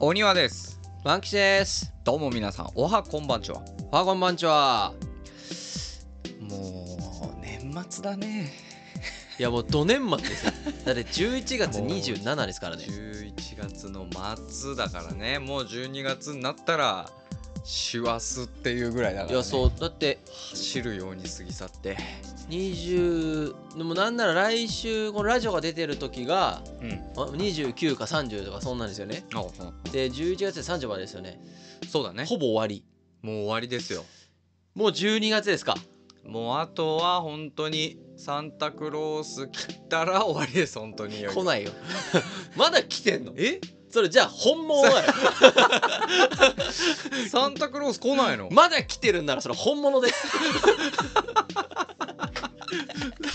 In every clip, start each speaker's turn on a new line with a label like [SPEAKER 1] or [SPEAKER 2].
[SPEAKER 1] お庭です
[SPEAKER 2] 万吉です。
[SPEAKER 1] どうも皆さんおはこんばんちは
[SPEAKER 2] ファーゴン番長は。
[SPEAKER 1] もう年末だね
[SPEAKER 2] いやもうど年末ですよ。だって11月
[SPEAKER 1] もう
[SPEAKER 2] 27ですからね。
[SPEAKER 1] 11月の末だからねもう12月になったら師走っていうぐらいだから、
[SPEAKER 2] い
[SPEAKER 1] ね、
[SPEAKER 2] やそうだって
[SPEAKER 1] 走るように過ぎ去って
[SPEAKER 2] 20でもなんなら来週このラジオが出てる時が
[SPEAKER 1] うん
[SPEAKER 2] あ29か30とかそんなんですよね。
[SPEAKER 1] あうん
[SPEAKER 2] で11月で30までですよね。
[SPEAKER 1] そうだね
[SPEAKER 2] ほぼ終わり。
[SPEAKER 1] もう終わりですよ
[SPEAKER 2] もう12月ですか。
[SPEAKER 1] もうあとは本当にサンタクロース来たら終わりです本当に
[SPEAKER 2] 来ないよ。 まだ来てんの
[SPEAKER 1] え
[SPEAKER 2] それじゃあ本物 だよ。
[SPEAKER 1] サンタクロース来ないの、
[SPEAKER 2] まだ来てるんならそれ本物です。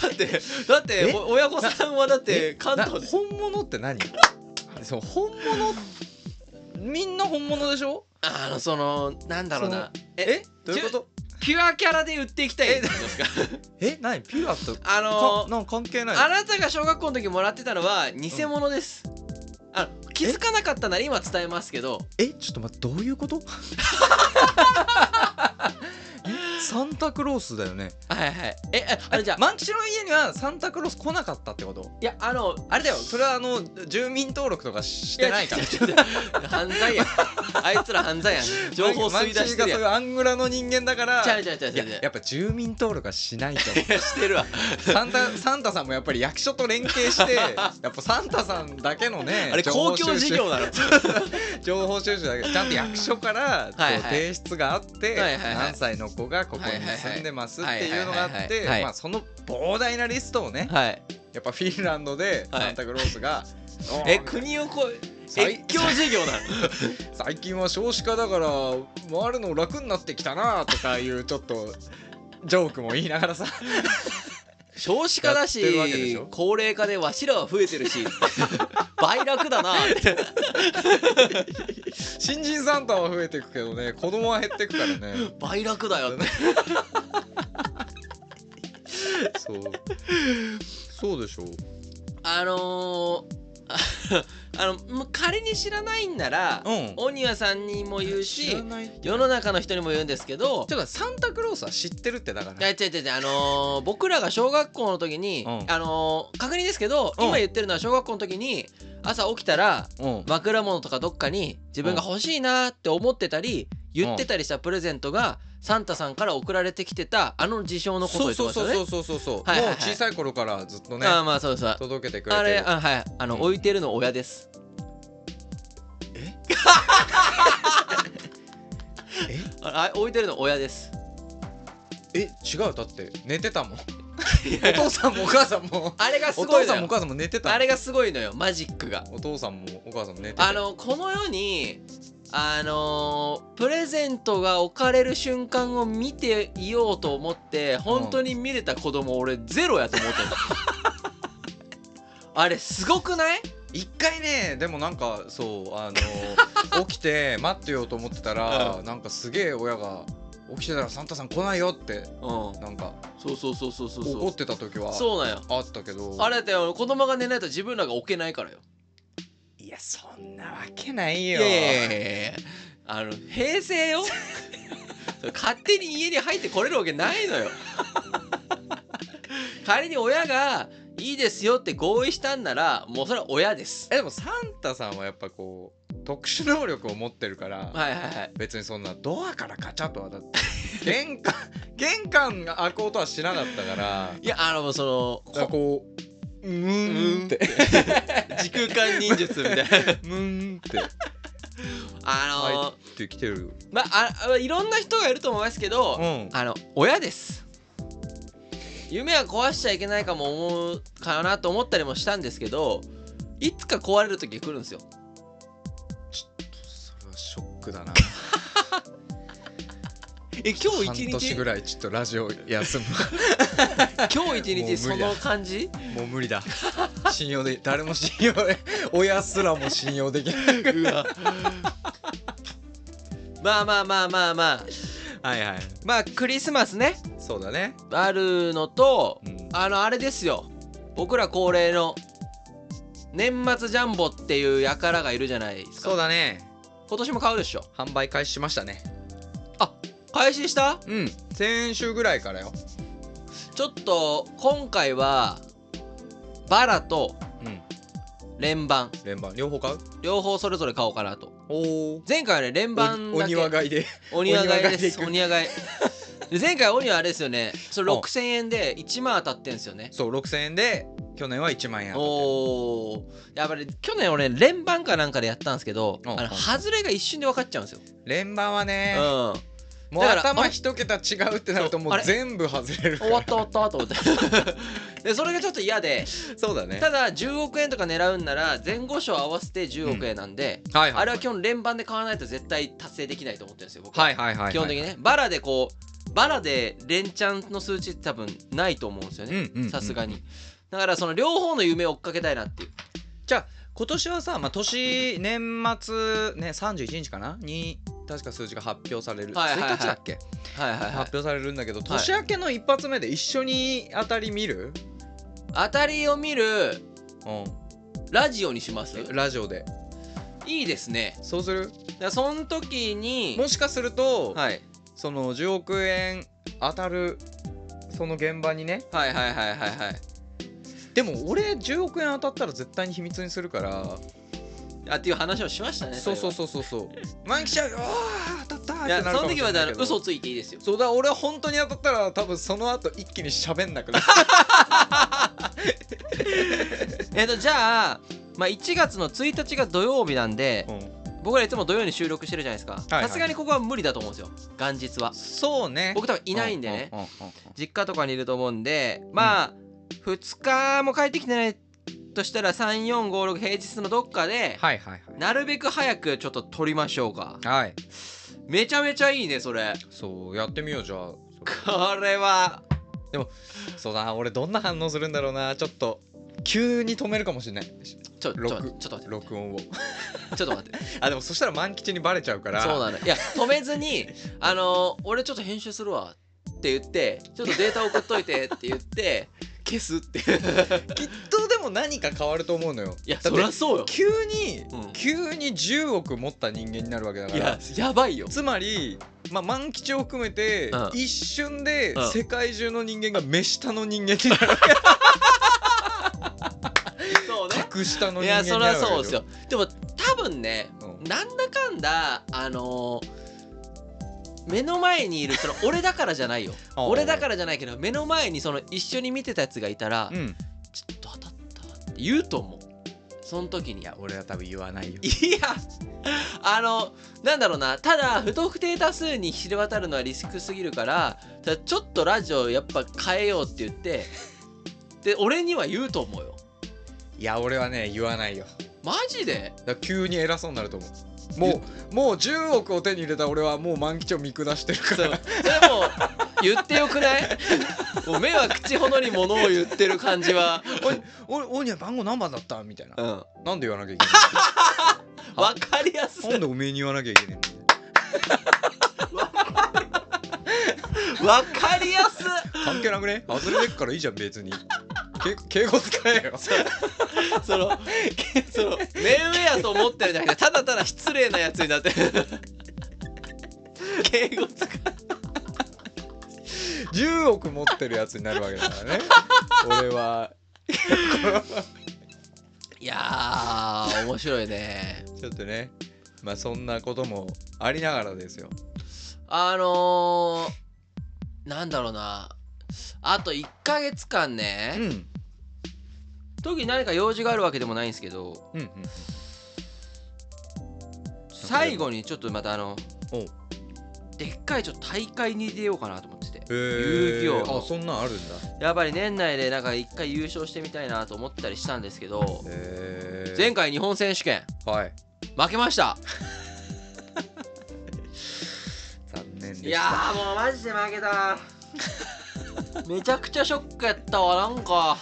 [SPEAKER 2] だってだって
[SPEAKER 1] え
[SPEAKER 2] お親御さんはだって関
[SPEAKER 1] な
[SPEAKER 2] 東で
[SPEAKER 1] 本物って何そう本物みんな本物でしょ
[SPEAKER 2] あのそのなんだろうなえ
[SPEAKER 1] どういうこと
[SPEAKER 2] ピュアキャラで売っていきたいんですか
[SPEAKER 1] え何ピュアと
[SPEAKER 2] あ
[SPEAKER 1] か
[SPEAKER 2] の
[SPEAKER 1] なんか関係ない
[SPEAKER 2] あなたが小学校の時もらってたのは偽物です、あの気づかなかったなら今伝えますけど
[SPEAKER 1] えちょっと待ってどういう ことえサンタクロースだよね
[SPEAKER 2] はいはいえああれじゃあ、
[SPEAKER 1] 万吉の家にはサンタクロース来なかったってこと
[SPEAKER 2] いやあの
[SPEAKER 1] あれだよそれはあの住民登録とかしてないから
[SPEAKER 2] や違う違う違う犯罪やん あいつら犯罪やん情報吸い出
[SPEAKER 1] 万吉
[SPEAKER 2] してるやん
[SPEAKER 1] がそういうアングラの人間だから
[SPEAKER 2] 違う違う違う違う
[SPEAKER 1] いや
[SPEAKER 2] 違う
[SPEAKER 1] やっぱ住民登録はしないと思う
[SPEAKER 2] いやしてるわ
[SPEAKER 1] サンタサンタさんもやっぱり役所と連携 してやっぱサンタさんだけのね
[SPEAKER 2] あれ
[SPEAKER 1] 情報
[SPEAKER 2] 公共
[SPEAKER 1] 収集
[SPEAKER 2] 事業なの
[SPEAKER 1] 情報収集だけどちゃんと役所からこう
[SPEAKER 2] はいはい
[SPEAKER 1] 提出があって
[SPEAKER 2] はいはいはい
[SPEAKER 1] 何歳の子がここに住んでますっていうのがあっ
[SPEAKER 2] はいはいはい
[SPEAKER 1] て
[SPEAKER 2] はい
[SPEAKER 1] まあその膨大なリストをね
[SPEAKER 2] はい
[SPEAKER 1] やっぱフィンランドで
[SPEAKER 2] はい
[SPEAKER 1] サンタクロースが「
[SPEAKER 2] え国をこえ
[SPEAKER 1] 最
[SPEAKER 2] 越境事業なの
[SPEAKER 1] 最近は少子化だから回るの楽になってきたな」とかいうちょっとジョークも言いながらさ
[SPEAKER 2] 少子化だし
[SPEAKER 1] やってるわけでしょ
[SPEAKER 2] 高齢化でわしらは増えて るし倍楽だなって
[SPEAKER 1] 新人サンタは増えていくけどね子供は減っていくからね。
[SPEAKER 2] 倍楽だよって
[SPEAKER 1] そうそうでしょう。
[SPEAKER 2] あのー、あのもう仮に知らないんなら
[SPEAKER 1] うん
[SPEAKER 2] オニワさんにも言う
[SPEAKER 1] 知
[SPEAKER 2] し
[SPEAKER 1] らない。ち
[SPEAKER 2] 世の中の人にも言うんですけど
[SPEAKER 1] ょっとサンタクロースは知ってるってだから
[SPEAKER 2] い。や違う違う違うあのー僕らが小学校の時に、
[SPEAKER 1] うん
[SPEAKER 2] あのー確認ですけど、
[SPEAKER 1] うん
[SPEAKER 2] 今言ってるのは小学校の時に朝起きたら
[SPEAKER 1] うん。
[SPEAKER 2] 枕元とかどっかに自分が欲しいなって思ってたり言ってたりしたプレゼントがサンタさんから送られてきてたあの事象のことを
[SPEAKER 1] そ
[SPEAKER 2] 言
[SPEAKER 1] う
[SPEAKER 2] って
[SPEAKER 1] そ
[SPEAKER 2] ま
[SPEAKER 1] うそう
[SPEAKER 2] したよね。
[SPEAKER 1] そうそうそうそう、
[SPEAKER 2] はいはいはい
[SPEAKER 1] もう小さい頃からずっとね
[SPEAKER 2] ああまあそうそう。
[SPEAKER 1] 届けてくれ
[SPEAKER 2] あ
[SPEAKER 1] て
[SPEAKER 2] れ
[SPEAKER 1] る
[SPEAKER 2] あはいあの、
[SPEAKER 1] うん
[SPEAKER 2] 置いてるの親です。
[SPEAKER 1] ええ
[SPEAKER 2] ああ置いてるの親です。
[SPEAKER 1] え違うだって寝てたもんお父さんもお母さんも
[SPEAKER 2] あれがす
[SPEAKER 1] お
[SPEAKER 2] ご
[SPEAKER 1] 父
[SPEAKER 2] いの
[SPEAKER 1] さんもお
[SPEAKER 2] よ。
[SPEAKER 1] 母さんも寝てたもん
[SPEAKER 2] あれがすごいのよマジックが。
[SPEAKER 1] お父さんもお母さんも寝てた
[SPEAKER 2] あのこの世にあのープレゼントが置かれる瞬間を見ていようと思って本当に見れた子供、俺ゼロやと思ってる あれすごくない
[SPEAKER 1] 一回ねでもなんかそうあ の起きて待ってようと思ってたら、
[SPEAKER 2] う
[SPEAKER 1] なんかすげえ親が起きてたらサンタさん来ないよって
[SPEAKER 2] うんそ
[SPEAKER 1] なんか
[SPEAKER 2] うそうそうそうそう
[SPEAKER 1] 怒
[SPEAKER 2] そ
[SPEAKER 1] ってた時は
[SPEAKER 2] うそうなんよ
[SPEAKER 1] あったけど
[SPEAKER 2] あれだって子供が寝ないと自分らが置けないからよ
[SPEAKER 1] いやそんなわけない
[SPEAKER 2] い
[SPEAKER 1] よ
[SPEAKER 2] やいやいやいやあの平成 よそれ勝手に家に入ってこれるわけないのよ仮に親がいいですよって合意したんならもうそれは親です
[SPEAKER 1] えでもサンタさんはやっぱこう特殊能力を持ってるから、
[SPEAKER 2] はいはいはい
[SPEAKER 1] 別にそんなドアからガチャとはだって玄関 玄関が開こうとはしなかったから
[SPEAKER 2] いやあのそ
[SPEAKER 1] だから
[SPEAKER 2] のこ
[SPEAKER 1] こううーんって
[SPEAKER 2] 時空間忍術みたいな
[SPEAKER 1] うーんって
[SPEAKER 2] あの
[SPEAKER 1] 入ってきてる
[SPEAKER 2] まああいろんな人がいると思いますけど、
[SPEAKER 1] うん
[SPEAKER 2] あの親です夢は壊しちゃいけないかも思うかなと思ったりもしたんですけどいつか壊れる時が来るんですよ
[SPEAKER 1] それはショックだな
[SPEAKER 2] え今
[SPEAKER 1] 半
[SPEAKER 2] 日一
[SPEAKER 1] 年
[SPEAKER 2] 日
[SPEAKER 1] ぐらいちょっとラジオ休む
[SPEAKER 2] 今日一
[SPEAKER 1] もう無理
[SPEAKER 2] 日
[SPEAKER 1] だ
[SPEAKER 2] その感じ
[SPEAKER 1] もう無理だ信用で誰も信用で親すらも信用できない
[SPEAKER 2] まあまあまあまあまあ
[SPEAKER 1] はいはい
[SPEAKER 2] まあクリスマスね
[SPEAKER 1] そうだね、
[SPEAKER 2] あるのと
[SPEAKER 1] うん
[SPEAKER 2] あのあれですよ僕ら恒例の年末ジャンボっていう輩がいるじゃないですか
[SPEAKER 1] そうだね
[SPEAKER 2] 今年も買うでしょ
[SPEAKER 1] 販売開始しましたね
[SPEAKER 2] 開始した
[SPEAKER 1] うん先週ぐらいからよ
[SPEAKER 2] ちょっと今回はバラと
[SPEAKER 1] うん
[SPEAKER 2] 連番
[SPEAKER 1] 連番両方買う
[SPEAKER 2] 両方それぞれ買おうかなと
[SPEAKER 1] おお
[SPEAKER 2] 前回はね連番だけ
[SPEAKER 1] お庭買いで
[SPEAKER 2] お庭買いです
[SPEAKER 1] お
[SPEAKER 2] お
[SPEAKER 1] 庭
[SPEAKER 2] 庭買いで前回お庭あれですよねそれ
[SPEAKER 1] うん
[SPEAKER 2] 6000円で1万当たってんですよね
[SPEAKER 1] そう6000円で去年は1万円当
[SPEAKER 2] おおやっぱり去年俺連番かなんかでやったんですけど
[SPEAKER 1] うん
[SPEAKER 2] あの
[SPEAKER 1] うん
[SPEAKER 2] 外れが一瞬で分かっちゃうんですよ、
[SPEAKER 1] たってる連番はね
[SPEAKER 2] うん
[SPEAKER 1] もう
[SPEAKER 2] だから
[SPEAKER 1] 頭
[SPEAKER 2] あれ
[SPEAKER 1] 一桁違うってなるとも
[SPEAKER 2] そうあ
[SPEAKER 1] う
[SPEAKER 2] れ
[SPEAKER 1] 全部外れるか
[SPEAKER 2] 終わ
[SPEAKER 1] ら
[SPEAKER 2] った終わったと思って でそれがちょっと嫌で
[SPEAKER 1] そうだね
[SPEAKER 2] ただ10億円とか狙うんなら前後賞合わせて10億円なんで、
[SPEAKER 1] はいは
[SPEAKER 2] あ
[SPEAKER 1] い
[SPEAKER 2] れは基本連番で買わないと絶対達成できないと思ってるんですよ僕は
[SPEAKER 1] はいはいはいはい
[SPEAKER 2] 基本的にねバラでこうバラで連チャンの数値って多分ないと思うんですよ
[SPEAKER 1] う
[SPEAKER 2] ね
[SPEAKER 1] んうんうん
[SPEAKER 2] さすがにだからその両方の夢を追っかけたいなっていう
[SPEAKER 1] 今年はさ、まあ、年年末ね31日かなに確か数字が発表される、
[SPEAKER 2] はいはいは
[SPEAKER 1] 1
[SPEAKER 2] い
[SPEAKER 1] 日だっけ、
[SPEAKER 2] はいはいはい
[SPEAKER 1] 発表されるんだけど
[SPEAKER 2] い
[SPEAKER 1] 年明けの一発目で一緒に当たり見る、
[SPEAKER 2] 当たりを見る
[SPEAKER 1] う
[SPEAKER 2] ラジオにします
[SPEAKER 1] ん、ラジオで
[SPEAKER 2] いいですね
[SPEAKER 1] そうする
[SPEAKER 2] だからその時に
[SPEAKER 1] もしかすると、
[SPEAKER 2] はい、
[SPEAKER 1] その10億円当たるその現場にね
[SPEAKER 2] はいはいはいはいはい
[SPEAKER 1] でも俺10億円当たったら絶対に秘密にするから
[SPEAKER 2] あっていう話をしましたね
[SPEAKER 1] そうそう
[SPEAKER 2] そ
[SPEAKER 1] そうそうそう満期ちゃうよ当たったーっ
[SPEAKER 2] れは
[SPEAKER 1] てないるか
[SPEAKER 2] やそ
[SPEAKER 1] も
[SPEAKER 2] の
[SPEAKER 1] し
[SPEAKER 2] 時
[SPEAKER 1] れ
[SPEAKER 2] は
[SPEAKER 1] な
[SPEAKER 2] だ
[SPEAKER 1] い
[SPEAKER 2] か
[SPEAKER 1] け
[SPEAKER 2] ら
[SPEAKER 1] ど
[SPEAKER 2] 嘘ついていいですよ
[SPEAKER 1] そうだ俺は本当に当たったら多分その後一気に喋んな くなる
[SPEAKER 2] えっとじゃあまあ、1月の1日が土曜日なんで僕らいつも土曜に収録してるじゃないですか
[SPEAKER 1] はい
[SPEAKER 2] さすがにここは無理だと思うんですよ元日は
[SPEAKER 1] そうね
[SPEAKER 2] 僕多分いないんでね
[SPEAKER 1] うううんうん
[SPEAKER 2] 実家とかにいると思うんでまあ、2日も帰ってきてないとしたら3456平日のどっかで、
[SPEAKER 1] はいはい
[SPEAKER 2] なるべく早くちょっと撮りましょうか
[SPEAKER 1] はいはい
[SPEAKER 2] めちゃめちゃいいねそれ
[SPEAKER 1] そうやってみようじゃあそれ
[SPEAKER 2] これは
[SPEAKER 1] そうだな俺どんな反応するんだろうなちょっと急に止めるかもしれない
[SPEAKER 2] ちょちょちょっ
[SPEAKER 1] 録
[SPEAKER 2] と待って
[SPEAKER 1] 録音を
[SPEAKER 2] ちょっと待って
[SPEAKER 1] あでもそしたら万吉にバレちゃうから
[SPEAKER 2] そうなのいや止めず に「あのー俺ちょっと編集するわ」って言って「ちょっとデータ送っといて」って言って 消すっていう
[SPEAKER 1] きっとでも何か変わると思うのよ
[SPEAKER 2] いや
[SPEAKER 1] だっ
[SPEAKER 2] そ
[SPEAKER 1] て
[SPEAKER 2] りゃそうよ
[SPEAKER 1] 急に、
[SPEAKER 2] うん
[SPEAKER 1] 急に10億持った人間になるわけだか
[SPEAKER 2] い
[SPEAKER 1] ら
[SPEAKER 2] ややばいよ
[SPEAKER 1] つまり、まあ、万吉を含めて、
[SPEAKER 2] うん
[SPEAKER 1] 一瞬で
[SPEAKER 2] うん
[SPEAKER 1] 世界中の人間が目下の人間になる、
[SPEAKER 2] そうね
[SPEAKER 1] 格下の
[SPEAKER 2] い
[SPEAKER 1] 人間
[SPEAKER 2] や
[SPEAKER 1] に
[SPEAKER 2] そ
[SPEAKER 1] な
[SPEAKER 2] り
[SPEAKER 1] るわ
[SPEAKER 2] ゃ
[SPEAKER 1] けでしょ
[SPEAKER 2] そうですよでも多分ね
[SPEAKER 1] うん
[SPEAKER 2] なんだかんだあのー目の前にいるその俺だからじゃないよ
[SPEAKER 1] あー
[SPEAKER 2] 俺だからじゃないけど目の前にその一緒に見てたやつがいたら「
[SPEAKER 1] うん
[SPEAKER 2] ちょっと当たったわ」って言うと思うその時にいや
[SPEAKER 1] 俺は多分言わないよ
[SPEAKER 2] あのなんだろうなただ不特定多数に知れ渡るのはリスクすぎるからただちょっとラジオやっぱ変えようって言ってで俺には言うと思うよ
[SPEAKER 1] いや俺はね言わないよ
[SPEAKER 2] マジで
[SPEAKER 1] だから急に偉そうになると思うもうもう10億を手に入れた俺はもう万吉を見下してるか
[SPEAKER 2] そう
[SPEAKER 1] ら
[SPEAKER 2] でも言ってよくないもう目は口ほどにものを言ってる感じは
[SPEAKER 1] おおには番号何番だったみたいな
[SPEAKER 2] うんわ
[SPEAKER 1] なんで言わなきゃいけ
[SPEAKER 2] かりやす
[SPEAKER 1] ないなんでおめえに言わなきゃいけないんだよ
[SPEAKER 2] わかりやす
[SPEAKER 1] 関係なくね外れてっからいいじゃん別にけ敬語使えよ
[SPEAKER 2] そのその目上やと思ってるんじゃなくてただただ失礼なやつになってる敬語使う
[SPEAKER 1] 10億持ってるやつになるわけだからね俺はい
[SPEAKER 2] やー面白いね
[SPEAKER 1] ちょっとねまあそんなこともありながらですよ
[SPEAKER 2] あのー、なんだろうなあと1ヶ月間ね、
[SPEAKER 1] うん
[SPEAKER 2] 特に何か用事があるわけでもないんですけど
[SPEAKER 1] うんうん
[SPEAKER 2] 最後にちょっとまたあの
[SPEAKER 1] おう
[SPEAKER 2] でっかいちょっと大会に出ようかなと思ってて
[SPEAKER 1] へ
[SPEAKER 2] 遊戯王
[SPEAKER 1] あそんなんあるんだ
[SPEAKER 2] やっぱり年内でなんか一回優勝してみたいなと思ったりしたんですけど
[SPEAKER 1] へ
[SPEAKER 2] 前回日本選手権
[SPEAKER 1] はい
[SPEAKER 2] 負けました
[SPEAKER 1] 残念でした
[SPEAKER 2] いやーもうマジで負けためちゃくちゃショックやったわなんか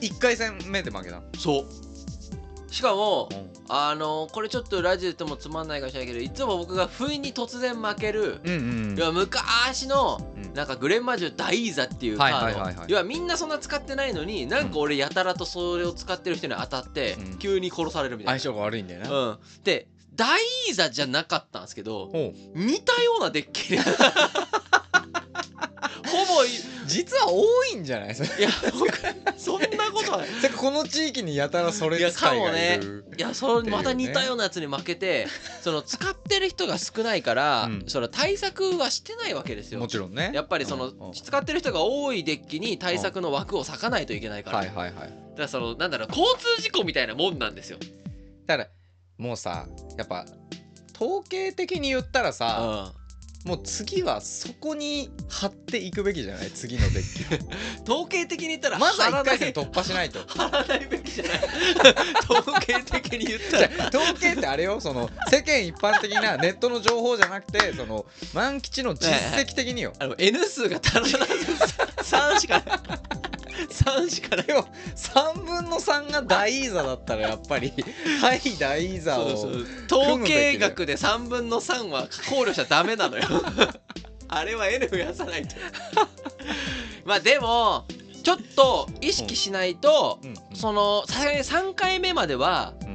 [SPEAKER 1] 1回戦目で負けた
[SPEAKER 2] そうしかもあのこれちょっとラジオでもつまんないかもしれないけどいつも僕が不意に突然負ける、
[SPEAKER 1] うんうん
[SPEAKER 2] 要は昔の
[SPEAKER 1] うん
[SPEAKER 2] なんかグレンマジュ大イーザっていうカード、
[SPEAKER 1] はいはいはいはい
[SPEAKER 2] 要はみんなそんな使ってないのになんか俺やたらとそれを使ってる人に当たって、
[SPEAKER 1] うん
[SPEAKER 2] 急に殺されるみたい
[SPEAKER 1] 相
[SPEAKER 2] な、
[SPEAKER 1] 性が悪いんだよな
[SPEAKER 2] うん、で大イーザじゃなかったんですけど
[SPEAKER 1] ほう
[SPEAKER 2] 似たようなデ ッキにほぼい
[SPEAKER 1] 実は多いんじゃないそれ
[SPEAKER 2] いや僕そんなことは
[SPEAKER 1] てかこの地域にやたらそれ使いがいる
[SPEAKER 2] いやそ
[SPEAKER 1] っ
[SPEAKER 2] う
[SPEAKER 1] ていうね
[SPEAKER 2] また似たようなやつに負けてその使ってる人が少ないから、
[SPEAKER 1] うん
[SPEAKER 2] その対策はしてないわけですよ
[SPEAKER 1] もちろんね
[SPEAKER 2] やっぱりその、
[SPEAKER 1] うんうん
[SPEAKER 2] 使ってる人が多いデッキに対策の枠を割かないといけないから、
[SPEAKER 1] はい
[SPEAKER 2] だか
[SPEAKER 1] はいはい
[SPEAKER 2] らそのなんだろう交通事故みたいなもんなんですよ、
[SPEAKER 1] だからもうさやっぱ統計的に言ったら
[SPEAKER 2] う
[SPEAKER 1] さ、
[SPEAKER 2] ん、
[SPEAKER 1] もう次はそこに貼っていくべきじゃない次のデ ッ
[SPEAKER 2] 統計的に言ったら
[SPEAKER 1] キまずは
[SPEAKER 2] 貼ら
[SPEAKER 1] 1
[SPEAKER 2] ない
[SPEAKER 1] 回戦突破しないと
[SPEAKER 2] 貼らないべきじゃない 統計的に言っ
[SPEAKER 1] じ
[SPEAKER 2] た
[SPEAKER 1] ゃあ統計ってあれよその世間一般的なネットの情報じゃなくてその万吉の実績的によ
[SPEAKER 2] らあの N 数が足らず3しかない3しかない
[SPEAKER 1] でも3分の3が大イーザだったらやっぱり「はい大イーザ」
[SPEAKER 2] そうそ
[SPEAKER 1] を
[SPEAKER 2] う統計学で3分の3は考慮しちゃダメなのよあれは N 増やさないとまあでもちょっと意識しないと、
[SPEAKER 1] うん
[SPEAKER 2] そのさすがに3回目までは、
[SPEAKER 1] うん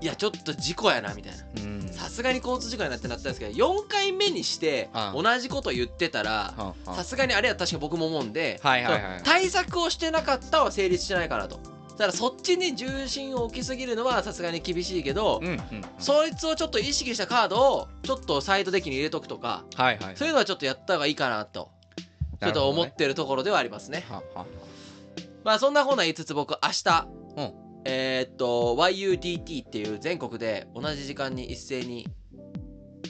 [SPEAKER 2] いやちょっと事故やなみたいな
[SPEAKER 1] うん
[SPEAKER 2] さすがに交通事故やなってなったんですけど4回目にして
[SPEAKER 1] ああ
[SPEAKER 2] 同じこと言ってたら
[SPEAKER 1] はあはあ
[SPEAKER 2] さすがにあれは確か僕も思うんで、
[SPEAKER 1] はいはいはい
[SPEAKER 2] その対策をしてなかったは成立してないかなとだからそっちに重心を置きすぎるのはさすがに厳しいけど、
[SPEAKER 1] うんうん
[SPEAKER 2] そいつをちょっと意識したカードをちょっとサイドデッキに入れとくとか
[SPEAKER 1] はいはい
[SPEAKER 2] そういうのはちょっとやった方がいいかなとちょっと思ってるところではありますね
[SPEAKER 1] はあは
[SPEAKER 2] まあそんなことは言いつつ僕明日、
[SPEAKER 1] うん
[SPEAKER 2] えーっと YUDT っていう全国で同じ時間に一斉に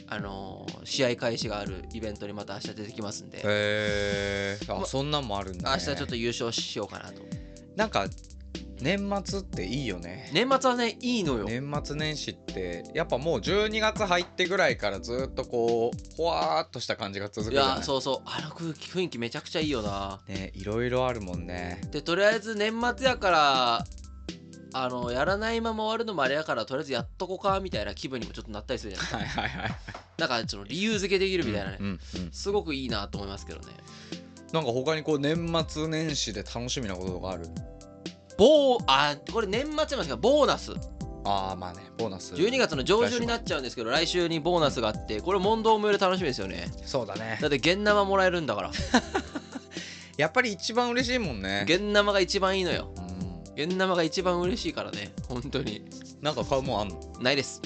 [SPEAKER 2] あのー試合開始があるイベントにまた明日出てきますんで、
[SPEAKER 1] へえー、あ、
[SPEAKER 2] ま
[SPEAKER 1] そんなんもあるんだ、
[SPEAKER 2] 明
[SPEAKER 1] ね、
[SPEAKER 2] 日ちょっと優勝しようかなと
[SPEAKER 1] なんか年末っていいよね
[SPEAKER 2] 年末はねいいのよ、
[SPEAKER 1] 年末年始ってやっぱもう12月入ってぐらいからずっとこうほわーっとした感じが続く
[SPEAKER 2] い
[SPEAKER 1] じゃ
[SPEAKER 2] や
[SPEAKER 1] ない
[SPEAKER 2] そうそうあの空気雰囲気めちゃくちゃいいよな
[SPEAKER 1] ねいろいろあるもんね
[SPEAKER 2] でとりあえず年末やからあのやらないまま終わるのもあれやからとりあえずやっとこかみたいな気分にもちょっとなったりするじゃない
[SPEAKER 1] はいはいはい
[SPEAKER 2] なんかちょっと理由付けできるみたいなね、
[SPEAKER 1] うんうんうん
[SPEAKER 2] すごくいいなと思いますけどね
[SPEAKER 1] なんか他にこう年末年始で楽しみなこととかある
[SPEAKER 2] ボーあこれ年末なんですがボーナス
[SPEAKER 1] ああまあねボーナス
[SPEAKER 2] 12月の上旬になっちゃうんですけど来週にボーナスがあってこれ問答無用で楽しみですよね
[SPEAKER 1] そうだね
[SPEAKER 2] だって現生もらえる んだから
[SPEAKER 1] やっぱり一番嬉しいもんね
[SPEAKER 2] 現生が一番いいのよ
[SPEAKER 1] うん
[SPEAKER 2] 現生が一番嬉しいからね本当に
[SPEAKER 1] なんか買うもんあんの
[SPEAKER 2] ないです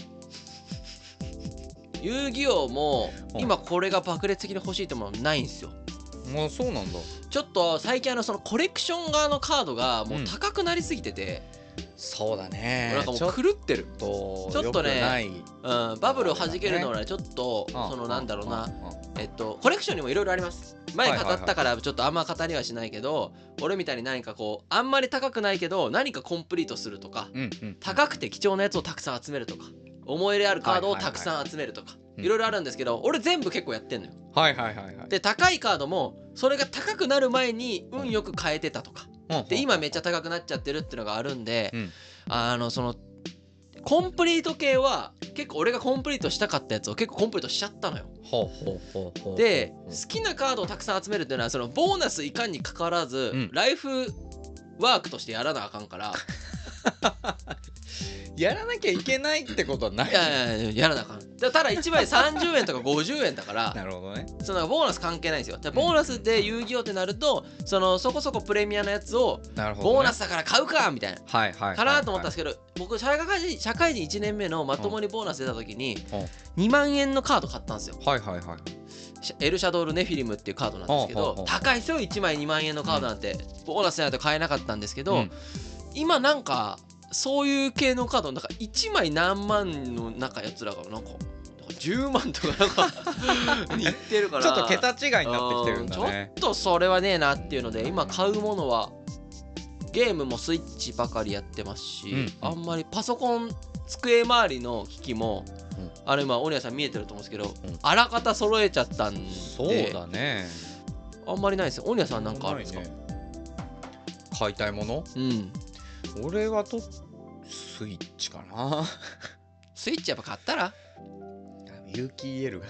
[SPEAKER 2] 遊戯王も
[SPEAKER 1] うん
[SPEAKER 2] 今これが爆裂的に欲しいってものはないんですよ
[SPEAKER 1] もうそうなんだ
[SPEAKER 2] ちょっと最近あのそのコレクション側のカードがもう高くなりすぎてて、
[SPEAKER 1] そうだね
[SPEAKER 2] なんかもう狂ってる、
[SPEAKER 1] ちょっと
[SPEAKER 2] ちょっとね
[SPEAKER 1] 良くない
[SPEAKER 2] うん、バブルを弾けるのはねちょっと
[SPEAKER 1] うん
[SPEAKER 2] そのなんだろう
[SPEAKER 1] う
[SPEAKER 2] なん
[SPEAKER 1] うん
[SPEAKER 2] えっとコレクションにもいろいろあります前語
[SPEAKER 1] はいはいはい
[SPEAKER 2] ったからちょっとあんま語りはしないけど俺みたいに何かこうあんまり高くないけど何かコンプリートするとか
[SPEAKER 1] うんうん
[SPEAKER 2] 高くて貴重なやつをたくさん集めるとか思い入れあるカードをたくさん集めるとか
[SPEAKER 1] うん
[SPEAKER 2] いろいろあるんですけど俺全部結構やってんのよ
[SPEAKER 1] はいはいはいはい
[SPEAKER 2] で高いカードもそれが高くなる前に運よく変えてたとか
[SPEAKER 1] うん
[SPEAKER 2] で今めっちゃ高くなっちゃってるっていうのがあるんで、
[SPEAKER 1] うん
[SPEAKER 2] あのそのコンプリート系は結構俺がコンプリートしたかったやつを結構コンプリートしちゃったのよ。
[SPEAKER 1] ほうほうほうほう
[SPEAKER 2] で
[SPEAKER 1] うん
[SPEAKER 2] 好きなカードをたくさん集めるっていうのはそのボーナスいかんにかかわらず、
[SPEAKER 1] うん
[SPEAKER 2] ライフワークとしてやらなあか んから
[SPEAKER 1] やらなきゃいけないってことはない
[SPEAKER 2] いやいやいややらなあかんだただ1枚30円とか50円だから
[SPEAKER 1] なるほどね
[SPEAKER 2] そのボーナス関係ないんですよでボーナスで遊戯王ってなるとそのそこそこプレミアなやつを
[SPEAKER 1] なるほどね
[SPEAKER 2] ボーナスだから買うかみたいな
[SPEAKER 1] はいはいはいはい
[SPEAKER 2] かなと思ったんですけど、僕社会人社会人1年目のまともにボーナス出た時に
[SPEAKER 1] うん
[SPEAKER 2] 2万円のカード買ったんですよ
[SPEAKER 1] はいはいはい
[SPEAKER 2] シャエルシャドールネフィリムっていうカードなんですけ
[SPEAKER 1] ほうほうほ
[SPEAKER 2] ど
[SPEAKER 1] う
[SPEAKER 2] 高いですよ1枚2万円のカードなんてボーナスじゃないと買えなかったんですけ
[SPEAKER 1] う
[SPEAKER 2] ど
[SPEAKER 1] ん
[SPEAKER 2] 今なんかそういう系のカードの中1枚何万の中やつらがなんか10万とかな んかにいってるから
[SPEAKER 1] ちょっと桁違いになってきてるんだね
[SPEAKER 2] ちょっとそれはねえなっていうので今買うものはゲームもスイッチばかりやってますし、
[SPEAKER 1] うん
[SPEAKER 2] あんまりパソコン机周りの機器も、
[SPEAKER 1] うん
[SPEAKER 2] あれ今オニアさん見えてると思うんですけど、
[SPEAKER 1] うん
[SPEAKER 2] あらかた揃えちゃったんで
[SPEAKER 1] そうだね
[SPEAKER 2] あんまりないですよオニアさんなんかあるんですか、
[SPEAKER 1] ないね買いたいもの
[SPEAKER 2] うん
[SPEAKER 1] 俺はとスイッチか な
[SPEAKER 2] スイッチやっぱ買ったら
[SPEAKER 1] 有機 EL が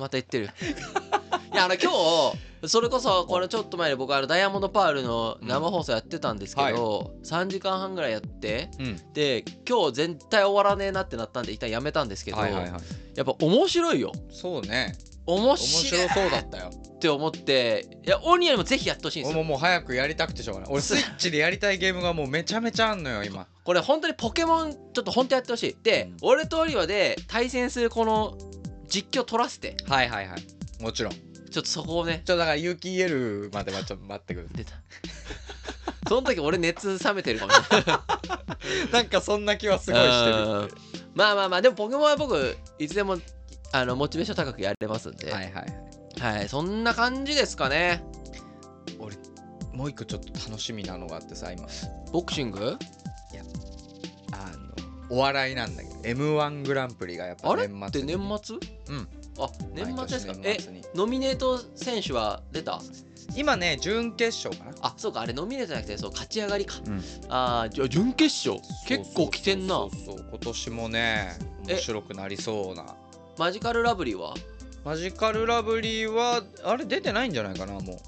[SPEAKER 2] また言ってるいやあの今日それこそこのちょっと前に僕あのダイヤモンドパールの生放送やってたんですけど、3時間半ぐらいやって
[SPEAKER 1] うん
[SPEAKER 2] で今日絶対終わらねえなってなったんで一旦やめたんですけど、
[SPEAKER 1] はいはいはい
[SPEAKER 2] やっぱ面白いよ
[SPEAKER 1] そうね
[SPEAKER 2] 面
[SPEAKER 1] 面
[SPEAKER 2] 白い
[SPEAKER 1] 白そうだったよ
[SPEAKER 2] って思っていやオニアにもぜひやってほしいんで
[SPEAKER 1] 俺
[SPEAKER 2] すよ
[SPEAKER 1] ももう早くやりたくてしょうが ない俺スイッチでやりたいゲームがもうめちゃめちゃあんのよ今
[SPEAKER 2] これ本当にポケモンちょっと本当やってほしいで、
[SPEAKER 1] うん
[SPEAKER 2] 俺とオリバで対戦するこの実況取らせて
[SPEAKER 1] はいはいはいもちろんちょ
[SPEAKER 2] ちょっとそこをね
[SPEAKER 1] っとだから勇気言えるまではちょっと待ってくださ
[SPEAKER 2] 出たその時俺熱冷めてるかもしれない
[SPEAKER 1] い なんかそんな気は すごいしてる
[SPEAKER 2] うんまあまあまあでもポケモンは僕いつでもあのモチベーション高くやれますんで、は、
[SPEAKER 1] はいいはい
[SPEAKER 2] そんな感じですかね
[SPEAKER 1] 俺もう一個ちょっと楽しみなのがあってさ今
[SPEAKER 2] ボクシング
[SPEAKER 1] あのお笑いなんだけど m 1グランプリがやっぱ
[SPEAKER 2] あれ
[SPEAKER 1] 年
[SPEAKER 2] っ
[SPEAKER 1] 末
[SPEAKER 2] て
[SPEAKER 1] に
[SPEAKER 2] 年末
[SPEAKER 1] うん
[SPEAKER 2] あ年末ですか
[SPEAKER 1] 毎年
[SPEAKER 2] え
[SPEAKER 1] 年末に
[SPEAKER 2] ノミネート選手は出た
[SPEAKER 1] 今ね準決勝かな
[SPEAKER 2] あそうかあれノミネートじゃなくてそう勝ち上がりか、
[SPEAKER 1] うん
[SPEAKER 2] ああじゃあ準決勝結構来てんな
[SPEAKER 1] そうそうそうそう今年もね
[SPEAKER 2] え
[SPEAKER 1] 面白くなりそうな
[SPEAKER 2] マジカルラブリーは
[SPEAKER 1] マジカルラブリーはあれ出てないんじゃないかなもう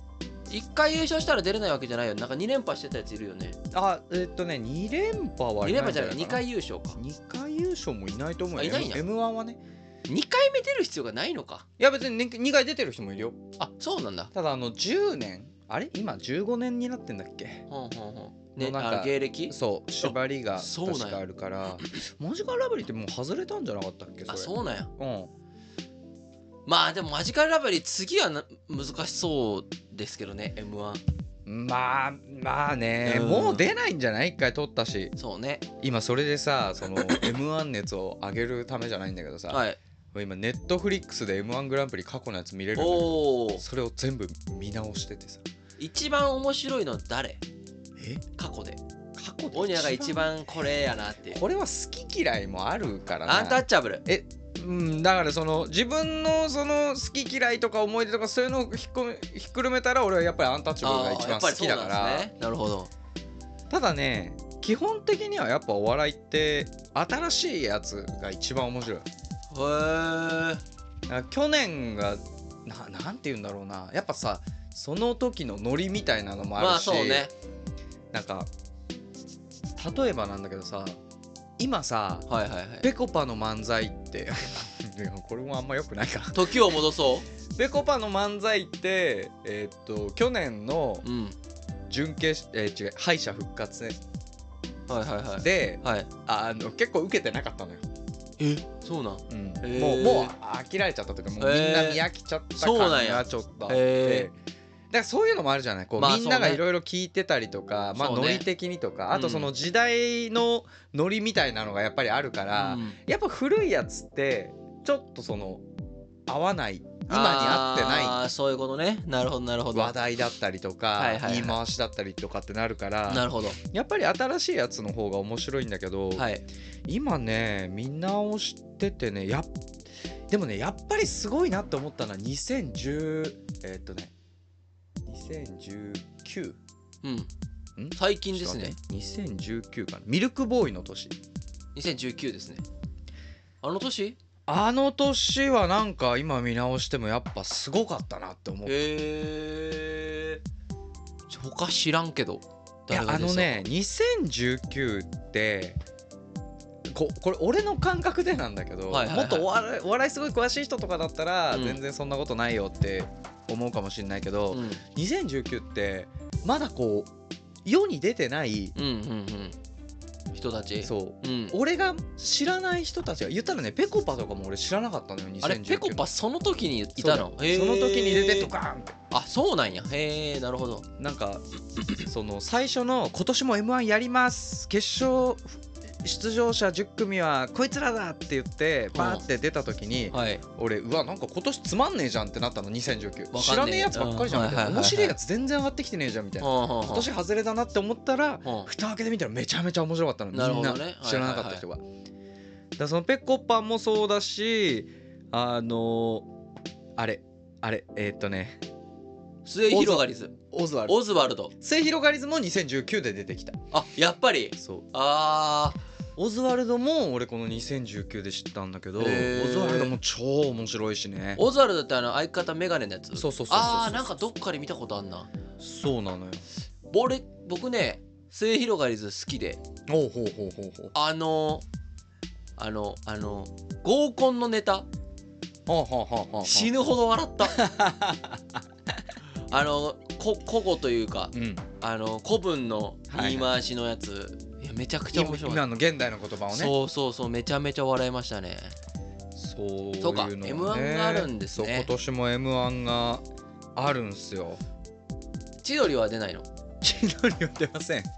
[SPEAKER 2] 1回優勝したら出れないわけじゃないよねなんか2連覇してたやついるよね
[SPEAKER 1] あえっとね2連覇は
[SPEAKER 2] 2
[SPEAKER 1] い
[SPEAKER 2] 連
[SPEAKER 1] ない
[SPEAKER 2] 覇
[SPEAKER 1] んじ
[SPEAKER 2] じゃ
[SPEAKER 1] ゃ
[SPEAKER 2] な
[SPEAKER 1] ないいか
[SPEAKER 2] 2
[SPEAKER 1] な
[SPEAKER 2] 回優勝か
[SPEAKER 1] 2回優勝もいないと思うよ
[SPEAKER 2] あいないんや
[SPEAKER 1] m 1はね
[SPEAKER 2] 2回目出る必要がないのか
[SPEAKER 1] いや別に 2, 回出てる人もいるよ
[SPEAKER 2] あそうなんだ
[SPEAKER 1] ただあの10年あれ今15年になってんだっけ
[SPEAKER 2] ほんほんほんね
[SPEAKER 1] のなん
[SPEAKER 2] あ
[SPEAKER 1] か
[SPEAKER 2] の芸歴
[SPEAKER 1] そう縛りが
[SPEAKER 2] そうなんや
[SPEAKER 1] 確かある からマジカルラブリーってもう外れたんじゃなかったっけそれ
[SPEAKER 2] あそうなんや
[SPEAKER 1] うん
[SPEAKER 2] まあでもマジカルラブリー次はな難しそうですけどね m 1
[SPEAKER 1] まあまあね、
[SPEAKER 2] うん
[SPEAKER 1] もう出ないんじゃない一回取ったし
[SPEAKER 2] そうね
[SPEAKER 1] 今それでさその m 1熱を上げるためじゃないんだけどさ、
[SPEAKER 2] はい
[SPEAKER 1] 今ネットフリックスで m 1グランプリ過去のやつ見れるんだけど
[SPEAKER 2] おお
[SPEAKER 1] それを全部見直しててさ
[SPEAKER 2] 一番面白いの誰
[SPEAKER 1] え
[SPEAKER 2] 過去で
[SPEAKER 1] 過去
[SPEAKER 2] オニアが一番これやなっていう
[SPEAKER 1] これは好き嫌いもあるからな
[SPEAKER 2] アンタッチャブル
[SPEAKER 1] うん、だからその自分のその好き嫌いとか思い出とかそういうのをひっこひっくるめたら俺はやっぱりアンタッチャブルが
[SPEAKER 2] あー
[SPEAKER 1] 一
[SPEAKER 2] や
[SPEAKER 1] 番
[SPEAKER 2] っぱ
[SPEAKER 1] 好
[SPEAKER 2] りそ
[SPEAKER 1] き
[SPEAKER 2] う
[SPEAKER 1] だ
[SPEAKER 2] な
[SPEAKER 1] か
[SPEAKER 2] んです
[SPEAKER 1] ら
[SPEAKER 2] ねなるほど
[SPEAKER 1] ただね基本的にはやっぱお笑いって新しいやつが一番面白い
[SPEAKER 2] へえ
[SPEAKER 1] だから去年がななんて言うんだろうなやっぱさその時のノリみたいなのも
[SPEAKER 2] ま
[SPEAKER 1] あ
[SPEAKER 2] あ
[SPEAKER 1] るし、
[SPEAKER 2] そうね
[SPEAKER 1] なんか例えばなんだけどさ今さ
[SPEAKER 2] はいはいはい
[SPEAKER 1] ぺこぱの漫才って でもこれもあんま良くないか
[SPEAKER 2] 時を戻そ
[SPEAKER 1] ぺこぱの漫才ってえーっと去年の
[SPEAKER 2] ううん
[SPEAKER 1] 準決、えー違う敗者復活戦
[SPEAKER 2] はいはいはい
[SPEAKER 1] で
[SPEAKER 2] はい
[SPEAKER 1] あの結構受けてなかったのよ、
[SPEAKER 2] えそうなんー
[SPEAKER 1] もうもう飽きられちゃったというかもうみんな見飽きちゃった
[SPEAKER 2] そうなん
[SPEAKER 1] 感
[SPEAKER 2] や
[SPEAKER 1] がちょっとあっ
[SPEAKER 2] へ
[SPEAKER 1] てだからそういうのもあるじゃないこう、
[SPEAKER 2] まあ
[SPEAKER 1] みんなが
[SPEAKER 2] そうね
[SPEAKER 1] いろいろ聞いてたりとか、まあ、
[SPEAKER 2] そうね
[SPEAKER 1] ノリ的にとか、あ
[SPEAKER 2] う
[SPEAKER 1] と
[SPEAKER 2] ん
[SPEAKER 1] その時代のノリみたいなのがやっぱりあるから、
[SPEAKER 2] うん
[SPEAKER 1] やっぱ古いやつってちょっとその合わない今に合ってない
[SPEAKER 2] あーそういうことねなるほどなるほど
[SPEAKER 1] 話題だったりとか、
[SPEAKER 2] はいはいはい
[SPEAKER 1] 言い回しだったりとかってなるから
[SPEAKER 2] なるほど
[SPEAKER 1] やっぱり新しいやつの方が面白いんだけど、
[SPEAKER 2] はい
[SPEAKER 1] 今ね見直しててねやっでもねやっぱりすごいなって思ったのは2010えーっとね2019
[SPEAKER 2] うん
[SPEAKER 1] ん
[SPEAKER 2] 最近ですね
[SPEAKER 1] ちょっと待って2019かなミルクボーイの年
[SPEAKER 2] 2019ですねあの年
[SPEAKER 1] あの年はなんか今見直してもやっぱすごかったなって思う
[SPEAKER 2] へえ他知らんけど
[SPEAKER 1] いや
[SPEAKER 2] 誰が
[SPEAKER 1] あ
[SPEAKER 2] 出そ
[SPEAKER 1] の
[SPEAKER 2] う
[SPEAKER 1] ね2019ってここれ俺の感覚でなんだけど、
[SPEAKER 2] はいはい
[SPEAKER 1] も
[SPEAKER 2] はい
[SPEAKER 1] っとお笑いお笑いすごい詳しい人とかだったら、
[SPEAKER 2] うん
[SPEAKER 1] 全然そんなことないよって思うかもしれないけど、
[SPEAKER 2] うんうん
[SPEAKER 1] 2019ってまだこう世に出てない
[SPEAKER 2] うんうん人たち
[SPEAKER 1] そう
[SPEAKER 2] うん
[SPEAKER 1] 俺が知らない人たちが言ったらねぺこぱとかも俺知らなかったのよ2019
[SPEAKER 2] あれペコパその時にいたの
[SPEAKER 1] そうだよその時に出てド
[SPEAKER 2] か
[SPEAKER 1] カーンって
[SPEAKER 2] あそうなんやへえなるほど
[SPEAKER 1] なんかその最初の「今年も m 1やります決勝出場者10組はこいつらだ!」って言ってバーって出た時に
[SPEAKER 2] はい
[SPEAKER 1] 俺うわなんか今年つまんねえじゃんってなったの2019
[SPEAKER 2] ねえ
[SPEAKER 1] 知らねえやつばっかりじゃんみたい
[SPEAKER 2] うんはいはいはい
[SPEAKER 1] な面白いやつ全然上がってきてねえじゃんみたいな
[SPEAKER 2] はあはあはあ
[SPEAKER 1] 今年外れだなって思ったら
[SPEAKER 2] は
[SPEAKER 1] 蓋開けてみたらめちゃめちゃ面白かったのみん
[SPEAKER 2] なるほど
[SPEAKER 1] な
[SPEAKER 2] ねはいはいはい
[SPEAKER 1] 知らなかった人が。だからそのペコパもそうだしあのあれあれえーっとね
[SPEAKER 2] あ末広がりず
[SPEAKER 1] オズワルド
[SPEAKER 2] オズワルド
[SPEAKER 1] 末広がりずも2019で出てきた
[SPEAKER 2] あやっぱり
[SPEAKER 1] そう
[SPEAKER 2] あー
[SPEAKER 1] オズワルドも俺この2019で知ったんだけど、
[SPEAKER 2] へ
[SPEAKER 1] オ
[SPEAKER 2] ー
[SPEAKER 1] ズワルドも超面白いしね
[SPEAKER 2] オズワルドってあの相方メガネのやつ
[SPEAKER 1] そうそうそうそうそう
[SPEAKER 2] あーなんかどっかで見たことあんな
[SPEAKER 1] そうなのよ
[SPEAKER 2] 俺僕ね末広がりず好きで
[SPEAKER 1] ほうほうほうほうほう
[SPEAKER 2] あのあのあの合コンのネタ
[SPEAKER 1] はあはあはあはあ
[SPEAKER 2] 死ぬほど笑った あのこ古語というか
[SPEAKER 1] うん
[SPEAKER 2] あの古文の言い回しのやつ、いやめちゃくちゃ面
[SPEAKER 1] 今
[SPEAKER 2] 白か
[SPEAKER 1] 今
[SPEAKER 2] っ
[SPEAKER 1] の現代の言葉をね
[SPEAKER 2] たそうそうそうめちゃめちゃ笑いましたね
[SPEAKER 1] そういう
[SPEAKER 2] そうか
[SPEAKER 1] の
[SPEAKER 2] M1 があるんですね
[SPEAKER 1] そう今年も M1 があるんす よ
[SPEAKER 2] 千鳥は出ないの
[SPEAKER 1] 千鳥は出ませんも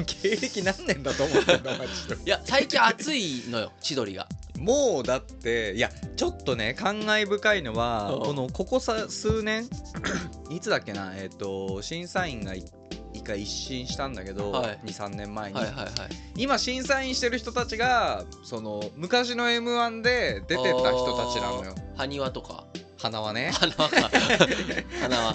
[SPEAKER 1] う芸歴何年だと思ってんだお前千鳥
[SPEAKER 2] いや最近暑いのよ千鳥が
[SPEAKER 1] もうだっていやちょっとね感慨深いのは
[SPEAKER 2] うん
[SPEAKER 1] このここさ数年 いつだっけなえっ、と審査員がい一回一新したんだけど、
[SPEAKER 2] はい
[SPEAKER 1] 23年前に、
[SPEAKER 2] はいはいはい
[SPEAKER 1] 今審査員してる人たちがその昔の m 1で出てた人たちなのよ
[SPEAKER 2] 埴輪とか
[SPEAKER 1] 花はね
[SPEAKER 2] 花 輪か花輪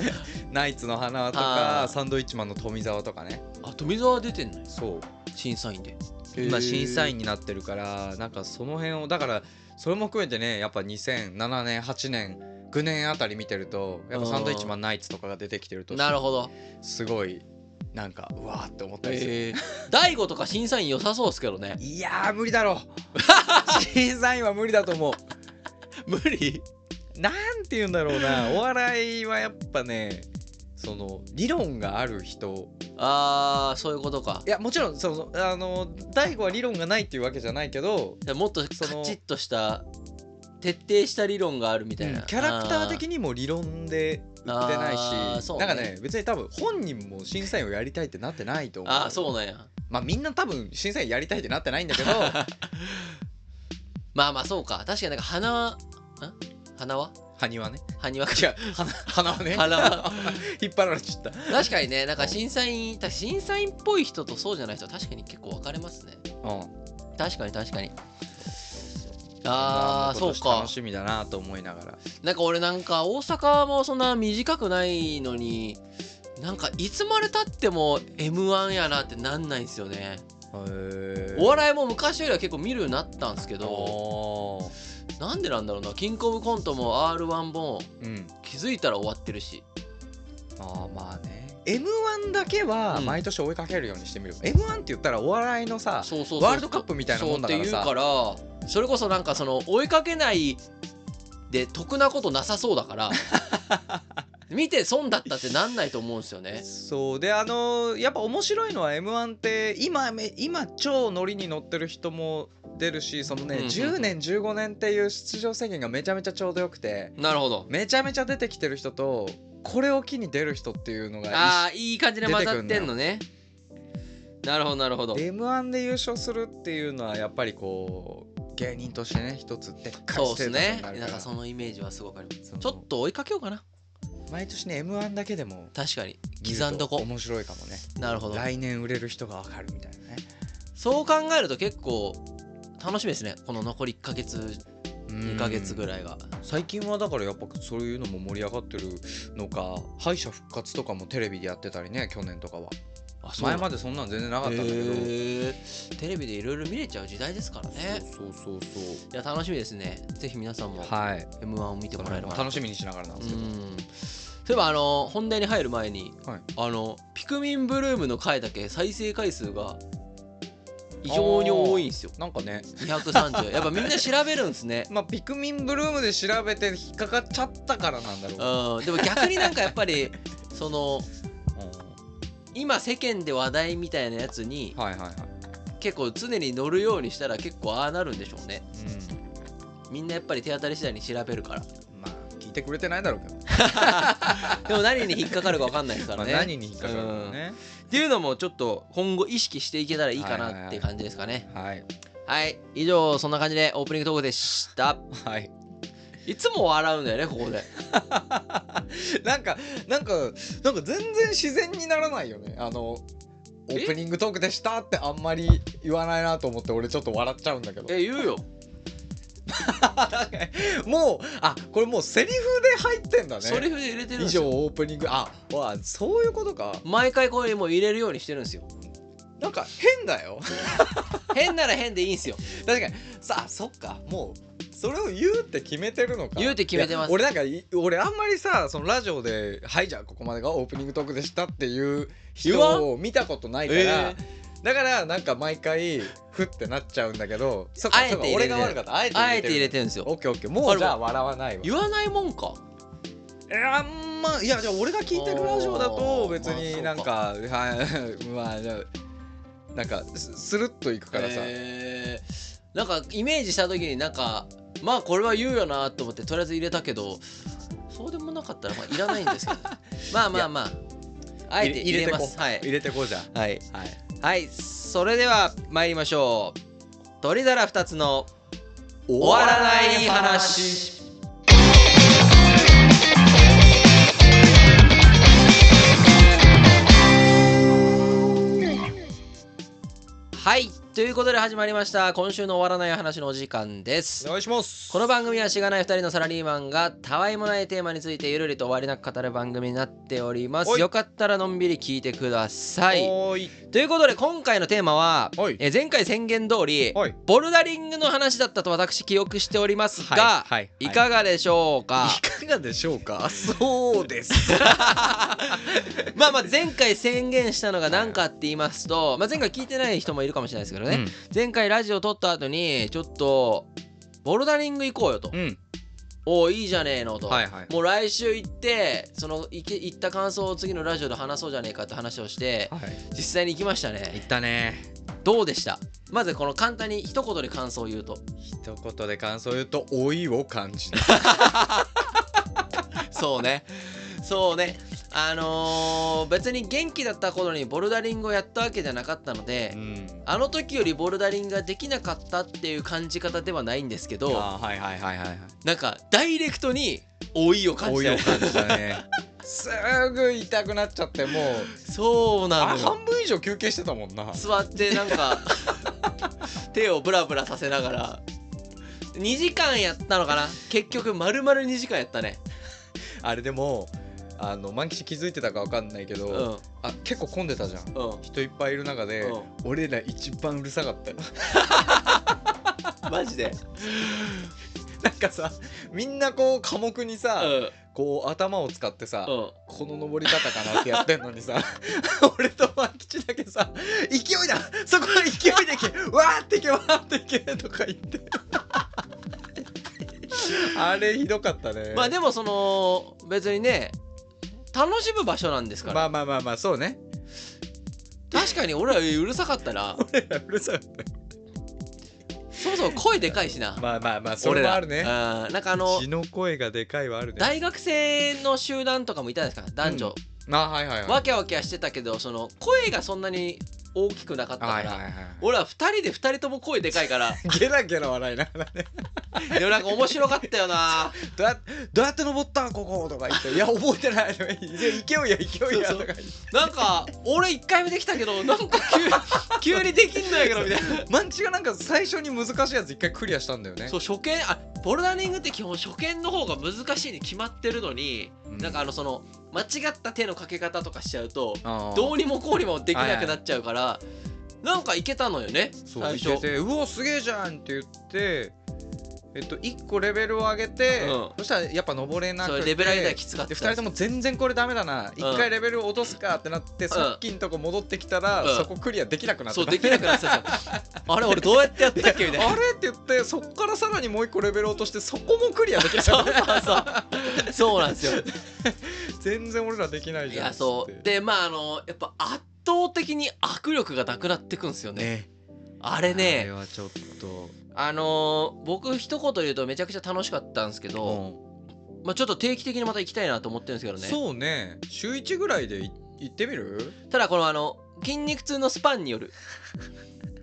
[SPEAKER 1] ナイツの花輪と
[SPEAKER 2] あ
[SPEAKER 1] か
[SPEAKER 2] ー
[SPEAKER 1] サンドイッチマンの富澤とかね
[SPEAKER 2] あ富澤出てんのよ
[SPEAKER 1] そう
[SPEAKER 2] 審査員で
[SPEAKER 1] 今審査員
[SPEAKER 2] に
[SPEAKER 1] になってるからなんかその辺をだからそれも含めてねやっぱ2007年8年9年あたり見てるとやっぱサンドイッチマンナイツとかが出てきてると
[SPEAKER 2] なるほど
[SPEAKER 1] すごいなんかうわーって思ったりする、
[SPEAKER 2] えー大悟とか審査員良さそうですけどね
[SPEAKER 1] いやー無理だろ う審査員は無理だと思う
[SPEAKER 2] 無理
[SPEAKER 1] なんて言うんだろうなお笑いはやっぱねその理論がある人
[SPEAKER 2] あーそういうことか
[SPEAKER 1] いやもちろんそのあの大悟は理論がないっていうわけじゃないけど
[SPEAKER 2] じゃあもっとカチ
[SPEAKER 1] その
[SPEAKER 2] ッとした徹底した理論があるみたいな、
[SPEAKER 1] うんキャラクター的
[SPEAKER 2] に
[SPEAKER 1] にも理論で売ってない
[SPEAKER 2] あー
[SPEAKER 1] し、
[SPEAKER 2] そうね
[SPEAKER 1] なんかね別に多分本人も審査員をやりたいってなってないと思う
[SPEAKER 2] あーあーそうなんや
[SPEAKER 1] まあみんな多分審査員やりたいってなってないんだ けど
[SPEAKER 2] まあまあそうか確かになんか花はん花は
[SPEAKER 1] 埴輪ね
[SPEAKER 2] 埴輪か
[SPEAKER 1] 違う花花はね
[SPEAKER 2] 花は
[SPEAKER 1] 引っ張られちゃった
[SPEAKER 2] 確かにねなんか審査員た審査員っぽい人とそうじゃない人は確かに結構分かれますね
[SPEAKER 1] うん
[SPEAKER 2] 確かに確かにあ
[SPEAKER 1] ま
[SPEAKER 2] あそ
[SPEAKER 1] 今
[SPEAKER 2] う
[SPEAKER 1] 年
[SPEAKER 2] か
[SPEAKER 1] 楽しみだなと思いながら
[SPEAKER 2] なんか俺なんか大阪もそんな短くないのになんかいつまでたっても m 1やなってなんないんですよねお
[SPEAKER 1] お
[SPEAKER 2] 笑いも昔よりは結構見るようになったんですけど
[SPEAKER 1] お
[SPEAKER 2] なんでなんだろうなキングオブコントも r 1も
[SPEAKER 1] うん
[SPEAKER 2] 気づいたら終わってるし
[SPEAKER 1] あーまあね m 1だけは
[SPEAKER 2] うん
[SPEAKER 1] 毎年追いかけるようにしてみる、m 1って言ったらお笑いのさ
[SPEAKER 2] そうそうそう
[SPEAKER 1] ワールドカップみたいなもんだから
[SPEAKER 2] そうっ
[SPEAKER 1] さ
[SPEAKER 2] ていうからそれこそなんかその追いかけないで得なことなさそうだから 見て損だったってなんないと思うんですよね
[SPEAKER 1] そうであのやっぱ面白いのは m 1って今め今超ノリに乗ってる人も出るしそのね、
[SPEAKER 2] うんうんうん
[SPEAKER 1] 10年15年っていう出場制限がめちゃめちゃちょうどよくて
[SPEAKER 2] なるほど
[SPEAKER 1] めちゃめちゃ出てきてる人とこれを機に出る人っていうのが
[SPEAKER 2] ああいい感じで混ざってんのねなるほどなるほど
[SPEAKER 1] m 1で優勝するっていうのはやっぱりこう芸人としてね一つでっかい
[SPEAKER 2] そう
[SPEAKER 1] ス
[SPEAKER 2] で
[SPEAKER 1] テータスに
[SPEAKER 2] すね
[SPEAKER 1] なるか
[SPEAKER 2] な
[SPEAKER 1] ら
[SPEAKER 2] んかそのイメージはすごくあります
[SPEAKER 1] その
[SPEAKER 2] ちょっと追いかけようかな
[SPEAKER 1] 毎年ね m 1だけでも
[SPEAKER 2] 確かに
[SPEAKER 1] 見る
[SPEAKER 2] 刻んどこ
[SPEAKER 1] 面白いかもね
[SPEAKER 2] なるほど
[SPEAKER 1] 来年売れる人がわかるみたいなね
[SPEAKER 2] そう考えると結構楽しみですねこの残り1ヶ月2ヶ月
[SPEAKER 1] らい
[SPEAKER 2] ぐらいが
[SPEAKER 1] 最近はだからやっぱそういうのも盛り上がってるのか敗者復活とかもテレビでやってたりね去年とかは
[SPEAKER 2] あ
[SPEAKER 1] 前までそんなん全然なかったんだけど、
[SPEAKER 2] へーテレビでいろいろ見れちゃう時代ですからね
[SPEAKER 1] そうそうそう
[SPEAKER 2] いや楽しみですねぜひ皆さんも
[SPEAKER 1] はい
[SPEAKER 2] m 1を見てもらえれば
[SPEAKER 1] 楽しみにしながらなんですけど、
[SPEAKER 2] うんそういえばあの本題に入る前に、
[SPEAKER 1] はい
[SPEAKER 2] あのピクミンブルームの回だけ再生回数が異常に多いんですよ
[SPEAKER 1] なんかね
[SPEAKER 2] 230やっぱみんな調べるんですね
[SPEAKER 1] まあピクミンブルームで調べて引っかかっちゃったからなんだろう
[SPEAKER 2] うんでも逆になんかやっぱりその今世間で話題みたいなやつに
[SPEAKER 1] うんはいはいはい、
[SPEAKER 2] 結構常に乗るようにしたら結構ああなるんでしょうね
[SPEAKER 1] う
[SPEAKER 2] みんなやっぱり手当たり次第に調べる から
[SPEAKER 1] ん、まあ聞いてくれてないだろうけど、
[SPEAKER 2] でも何に引っかかるか分かんないですか
[SPEAKER 1] ま
[SPEAKER 2] ら
[SPEAKER 1] あ、
[SPEAKER 2] ね。
[SPEAKER 1] 何に引っかかるかね、
[SPEAKER 2] うんっていうのもちょっと今後意識していけたらいいか
[SPEAKER 1] はいはい
[SPEAKER 2] な
[SPEAKER 1] はい
[SPEAKER 2] っていう感じですかね。
[SPEAKER 1] はい
[SPEAKER 2] はい、以上そんな感じでオープニングトークでした。
[SPEAKER 1] はい
[SPEAKER 2] いつも笑うんだよね、ここで。
[SPEAKER 1] なんかなんかなんか全然自然にならないよねあのオープニングトークでしたってあんまり言わないなと思って俺ちょっと笑っちゃうんだけど
[SPEAKER 2] え、言うよ。
[SPEAKER 1] もうあこれもうセリフで入ってんだ
[SPEAKER 2] セ
[SPEAKER 1] ね
[SPEAKER 2] リフで入れてるん
[SPEAKER 1] 以
[SPEAKER 2] です
[SPEAKER 1] 上
[SPEAKER 2] よ。
[SPEAKER 1] オープニングあわあそういうことか
[SPEAKER 2] 毎回これもう入れるようにしてるんですよ。
[SPEAKER 1] なんか変だよ
[SPEAKER 2] 変なら変でいいんすよ
[SPEAKER 1] 確かにさあそっかもうそれを言うって決めてるのか
[SPEAKER 2] 言うって決めてま
[SPEAKER 1] い
[SPEAKER 2] す
[SPEAKER 1] や俺なんかい俺あんまりさそのラジオで「はいじゃあここまでがオープニングトークでした」っていう
[SPEAKER 2] 言わ
[SPEAKER 1] 人を見たことないから、だからなんか毎回ふってなっちゃうんだけどそっか
[SPEAKER 2] あえて
[SPEAKER 1] そっか
[SPEAKER 2] 入れ
[SPEAKER 1] 俺
[SPEAKER 2] てる
[SPEAKER 1] が悪かったあえて
[SPEAKER 2] あえて入れ
[SPEAKER 1] て
[SPEAKER 2] てるんです
[SPEAKER 1] オッ
[SPEAKER 2] よ
[SPEAKER 1] ケーオッケーもうじゃあ笑わないわ
[SPEAKER 2] 言わないもんか
[SPEAKER 1] えーあんまいやじゃあ俺が聞いてるラジオだと別になんかはい まあじゃあなんかススルッといくからさ、
[SPEAKER 2] えーなんかイメージした時になんかまあこれは言うよなと思ってとりあえず入れたけどそうでもなかったらまあいらないんですけど まあまあまああえて入れます
[SPEAKER 1] 入
[SPEAKER 2] は
[SPEAKER 1] れ
[SPEAKER 2] い
[SPEAKER 1] 入れてこうじゃん
[SPEAKER 2] はい
[SPEAKER 1] はい
[SPEAKER 2] はいそれでは参りましょう鳥皿2つの
[SPEAKER 1] 終
[SPEAKER 2] 終わらない話はいということで始まりました今週の終わらない話のお時間です
[SPEAKER 1] お願いします
[SPEAKER 2] この番組はしがない2人のサラリーマンがたわいもないテーマについてゆるりと終わりなく語る番組になっておりま
[SPEAKER 1] は
[SPEAKER 2] す
[SPEAKER 1] い
[SPEAKER 2] よかったらのんびり聞いてください
[SPEAKER 1] おーい
[SPEAKER 2] ということで今回のテーマは、
[SPEAKER 1] はい
[SPEAKER 2] えー前回宣言通り
[SPEAKER 1] はい
[SPEAKER 2] ボルダリングの話だったと私記憶しております
[SPEAKER 1] は
[SPEAKER 2] が、
[SPEAKER 1] いはい
[SPEAKER 2] い
[SPEAKER 1] はい
[SPEAKER 2] かがでしょうか、
[SPEAKER 1] いかがでしょう かそうです
[SPEAKER 2] まあまあ前回宣言したのが何かって言いますと、まあ、前回聞いてない人もいるかもしれないですけどね、前回ラジオ撮った後にちょっとボルダリング行こうよと、
[SPEAKER 1] うん、うん、
[SPEAKER 2] おおいいじゃねえのと、
[SPEAKER 1] はいはい
[SPEAKER 2] もう来週行ってその行け行った感想を次のラジオで話そうじゃねえかって話をして
[SPEAKER 1] はい
[SPEAKER 2] 実際に行きましたね
[SPEAKER 1] ったね
[SPEAKER 2] どうでしたまずこの簡単に一言で感想を言うと
[SPEAKER 1] 一言で感想を言うと老いを感じる
[SPEAKER 2] そうね。そうね。あのー別に元気だった頃にボルダリングをやったわけじゃなかったので、
[SPEAKER 1] ん
[SPEAKER 2] あの時よりボルダリングができなかったっていう感じ方ではないんですけど、
[SPEAKER 1] あーはいはいはいはいはい
[SPEAKER 2] なんかダイレクトに老いを感
[SPEAKER 1] 老
[SPEAKER 2] じ
[SPEAKER 1] い
[SPEAKER 2] た
[SPEAKER 1] を。感じたね すぐ痛くなっちゃってもう
[SPEAKER 2] そう
[SPEAKER 1] あ
[SPEAKER 2] なの
[SPEAKER 1] れ
[SPEAKER 2] よ。
[SPEAKER 1] 半分以上休憩してたもんな
[SPEAKER 2] 座ってな んか手をブラブラさせながら。2時間やったのかな結局丸々2時間やったね
[SPEAKER 1] あれでもあの万吉気づいてたかわかんないけど、
[SPEAKER 2] うんうん
[SPEAKER 1] あ結構混んでたじゃん人いっぱいいる中で、
[SPEAKER 2] うん
[SPEAKER 1] 俺ら一番うるさかったよ
[SPEAKER 2] マジで
[SPEAKER 1] なんかさみんなこう科目に
[SPEAKER 2] う
[SPEAKER 1] さ、
[SPEAKER 2] ん
[SPEAKER 1] こう頭を使ってさ、
[SPEAKER 2] うん
[SPEAKER 1] この登り方かなってやってんのにさ 俺と万吉だけさ「勢いだそこは勢いでいけ わーっていけわーっていけ」とか言って あれひどかったね
[SPEAKER 2] まあでもその別にね楽しむ場所なんですから、
[SPEAKER 1] まあまあまあまあそうね
[SPEAKER 2] 確かに俺はうるさかっ たな
[SPEAKER 1] 俺らうるさい
[SPEAKER 2] そもそも声でかいしな、
[SPEAKER 1] まあまあまあそ
[SPEAKER 2] 俺
[SPEAKER 1] れも
[SPEAKER 2] ら
[SPEAKER 1] あるね
[SPEAKER 2] うんなんかあの
[SPEAKER 1] 血の声がでかいはあるね
[SPEAKER 2] 大学生の集団とかもいたんですか男女、
[SPEAKER 1] あはいはいはい
[SPEAKER 2] わきゃわきゃしてたけどその声がそんなに大きくなかったから、
[SPEAKER 1] はいはいはいは
[SPEAKER 2] 俺は2人で2人とも声でかいから
[SPEAKER 1] いゲラゲラ笑いながらね
[SPEAKER 2] でもなんか面白かったよな
[SPEAKER 1] どうやどうやって登ったんこことか言って「いや覚えてない」 とか言っていや「勢いや勢いや」
[SPEAKER 2] そ
[SPEAKER 1] と
[SPEAKER 2] うそう
[SPEAKER 1] か言って
[SPEAKER 2] なんか俺1回目できたけどなんか 急急にできんのやけどみたいな
[SPEAKER 1] マンチがなんか最初に難しいやつ一回クリアしたんだよね
[SPEAKER 2] そう初見あボルダリングって基本初見の方が難しいに決まってるのに、
[SPEAKER 1] うん
[SPEAKER 2] なんかあのその間違った手のかけ方とかしちゃうと
[SPEAKER 1] あー
[SPEAKER 2] どうにもこうにもできなくなっちゃうから、なんかいけたのよね
[SPEAKER 1] そう
[SPEAKER 2] 最
[SPEAKER 1] いけ
[SPEAKER 2] 初
[SPEAKER 1] て「うおすげえじゃん」って言ってえっと1個レベルを上げて、
[SPEAKER 2] うん
[SPEAKER 1] そしたらやっぱ登れな
[SPEAKER 2] そ
[SPEAKER 1] く
[SPEAKER 2] れ
[SPEAKER 1] て
[SPEAKER 2] レベル上げたらきつかった
[SPEAKER 1] で2人とも全然これダメだな一回レベル落とすかってなって、さっきんとこ戻ってきたら、
[SPEAKER 2] うん
[SPEAKER 1] そこクリアできなくなって
[SPEAKER 2] そう
[SPEAKER 1] た
[SPEAKER 2] できなくなってたんですよあれ俺どうやってやったっけみたい
[SPEAKER 1] あ
[SPEAKER 2] な
[SPEAKER 1] れって言ってそこからさらにもう一個レベル落としてそこもクリアできな
[SPEAKER 2] そ
[SPEAKER 1] か
[SPEAKER 2] う
[SPEAKER 1] っ
[SPEAKER 2] そうそうそうなんですよ
[SPEAKER 1] た 全然俺らできない
[SPEAKER 2] い
[SPEAKER 1] じゃん
[SPEAKER 2] やそうでまああのやっぱ圧倒的に握力がなくなってくんですよね
[SPEAKER 1] ね
[SPEAKER 2] あれ
[SPEAKER 1] あれ
[SPEAKER 2] ね
[SPEAKER 1] はちょっと
[SPEAKER 2] あのー僕一言で言うとめちゃくちゃ楽しかったんですけど、まあ、ちょっと定期的にまた行きたいなと思ってるんですけどね
[SPEAKER 1] そうね週1ぐらいでい行ってみる
[SPEAKER 2] ただこのあの筋肉痛のスパンによ る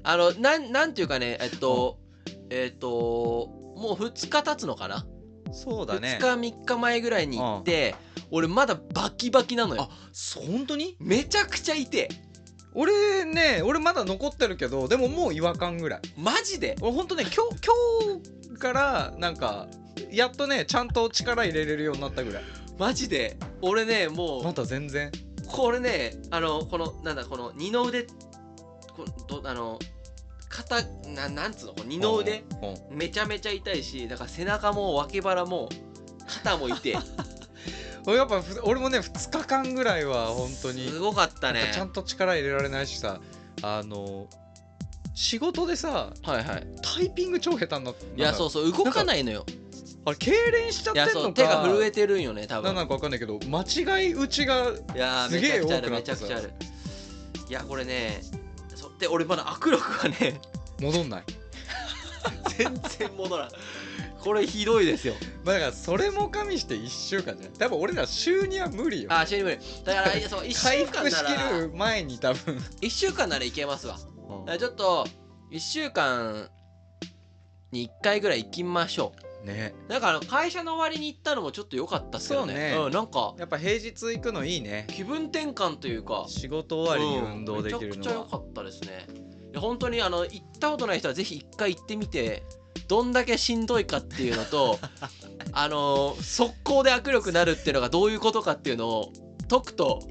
[SPEAKER 2] あのなんなんていうかねえっと、えっともう2日経つのかな、
[SPEAKER 1] そう
[SPEAKER 2] 2日3日前ぐらいに行って、俺まだバキバキなのよ
[SPEAKER 1] あそ本当に
[SPEAKER 2] めちゃくちゃ痛え
[SPEAKER 1] 俺ね俺まだ残ってるけどでももう違和感ぐらい
[SPEAKER 2] マジで
[SPEAKER 1] 俺ほんとね今日今日からなんかやっとねちゃんと力入れれるようになったぐらい
[SPEAKER 2] マジで俺ねもう、
[SPEAKER 1] まだ全然
[SPEAKER 2] これねあのこのなんだこの二の腕こどあの肩ななんつうのこう二の腕
[SPEAKER 1] うんうん
[SPEAKER 2] めちゃめちゃ痛いしだから背中も脇腹も肩 も痛い
[SPEAKER 1] 俺やっぱふ俺もね2日間ぐらいは本当に
[SPEAKER 2] すごかっ
[SPEAKER 1] な
[SPEAKER 2] た
[SPEAKER 1] ん
[SPEAKER 2] ね
[SPEAKER 1] かちゃんと力入れられないしさあの仕事でさ
[SPEAKER 2] はいはい
[SPEAKER 1] タイピング超下手になった
[SPEAKER 2] いやそうそう動かないのよ
[SPEAKER 1] あれ痙攣しちゃっ
[SPEAKER 2] い
[SPEAKER 1] てん
[SPEAKER 2] や
[SPEAKER 1] の
[SPEAKER 2] そ
[SPEAKER 1] か
[SPEAKER 2] う手が震えてるんよね
[SPEAKER 1] 何
[SPEAKER 2] 多分
[SPEAKER 1] なのか分かんないけど間違い打ちが
[SPEAKER 2] いやー
[SPEAKER 1] す
[SPEAKER 2] め
[SPEAKER 1] げ
[SPEAKER 2] ち
[SPEAKER 1] え
[SPEAKER 2] ゃくちゃあ
[SPEAKER 1] 多
[SPEAKER 2] る
[SPEAKER 1] くな
[SPEAKER 2] め
[SPEAKER 1] っ
[SPEAKER 2] ちゃ
[SPEAKER 1] たさ
[SPEAKER 2] くちゃあるいやこれねそで俺まだ握力がね
[SPEAKER 1] 戻んない、
[SPEAKER 2] 全然戻らんこれひどいですよ
[SPEAKER 1] まあ、だからそれも加味して1週間じゃない多分俺ら週には無理よ
[SPEAKER 2] あーしんどいだからいやそう1
[SPEAKER 1] 回
[SPEAKER 2] 週
[SPEAKER 1] 復
[SPEAKER 2] 間な
[SPEAKER 1] しき
[SPEAKER 2] ら
[SPEAKER 1] る前に多分、
[SPEAKER 2] 1週間ならいけますわだからちょっと1週間に1回ぐらい行きましょ
[SPEAKER 1] ね
[SPEAKER 2] うだから会社の終わりに行ったのもちょっと良かったっすよね
[SPEAKER 1] そうね
[SPEAKER 2] うん、なんか
[SPEAKER 1] やっぱ平日行くのいいね
[SPEAKER 2] 気分転換というか
[SPEAKER 1] 仕事終わりに運動でき
[SPEAKER 2] うんめ
[SPEAKER 1] る
[SPEAKER 2] ちゃくちゃ
[SPEAKER 1] の
[SPEAKER 2] 良
[SPEAKER 1] は
[SPEAKER 2] かったですねいや本当にあの行ったことない人はぜひ一回行ってみてどんだけしんどいかっていう のとあの速攻で握力なるっていうのがどういうことかっていうのを解くと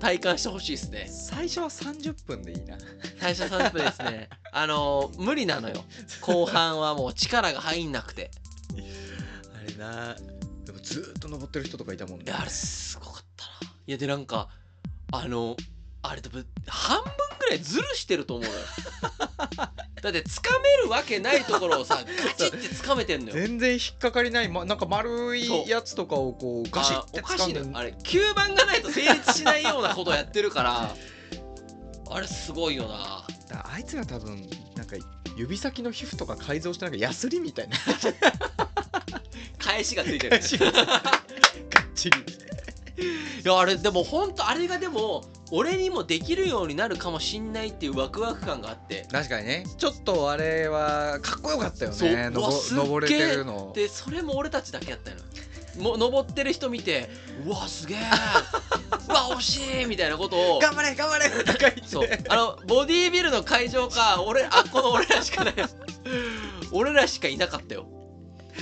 [SPEAKER 2] 体感してほしいです ね
[SPEAKER 1] 最初は30分でいいな
[SPEAKER 2] 代謝3分ですねあの無理なのよ後半はもう力が入んなくて
[SPEAKER 1] あれなでもずーっと登ってる人とかいたもん
[SPEAKER 2] い
[SPEAKER 1] ね
[SPEAKER 2] やあれすごかったないやでなんかあのあれ多分半分ぐらいズルしてると思うの よだって掴めるわけないところをさガチって掴めてんのよ
[SPEAKER 1] 全然引っかかりない、ま、なんか丸
[SPEAKER 2] そう
[SPEAKER 1] いやつとかをこうガシッ
[SPEAKER 2] あ
[SPEAKER 1] て
[SPEAKER 2] おかし
[SPEAKER 1] 掴
[SPEAKER 2] いのよ
[SPEAKER 1] んで
[SPEAKER 2] あれ吸盤がないと成立しないようなことをやってるからあれすごいよな
[SPEAKER 1] だあいつら多分なんか指先の皮膚とか改造してなんかヤスリみたいな
[SPEAKER 2] 返しがついてる
[SPEAKER 1] ガッチリ
[SPEAKER 2] いやあれでも本当あれがでも俺にもできるようになるかもしんないっていうワクワク感があって
[SPEAKER 1] 確かにねちょっとあれはかっこよかったよ
[SPEAKER 2] そう
[SPEAKER 1] ねの
[SPEAKER 2] うわ
[SPEAKER 1] ぼ
[SPEAKER 2] すっげえ
[SPEAKER 1] 登れてるの
[SPEAKER 2] でそれも俺たちだけやったのよも登ってる人見てうわす げえうわ惜しいみたいなことを
[SPEAKER 1] 頑張れ頑張れとか言って
[SPEAKER 2] そうあのボディービルの会場か俺あこの俺らしかない俺らしかいなかったよ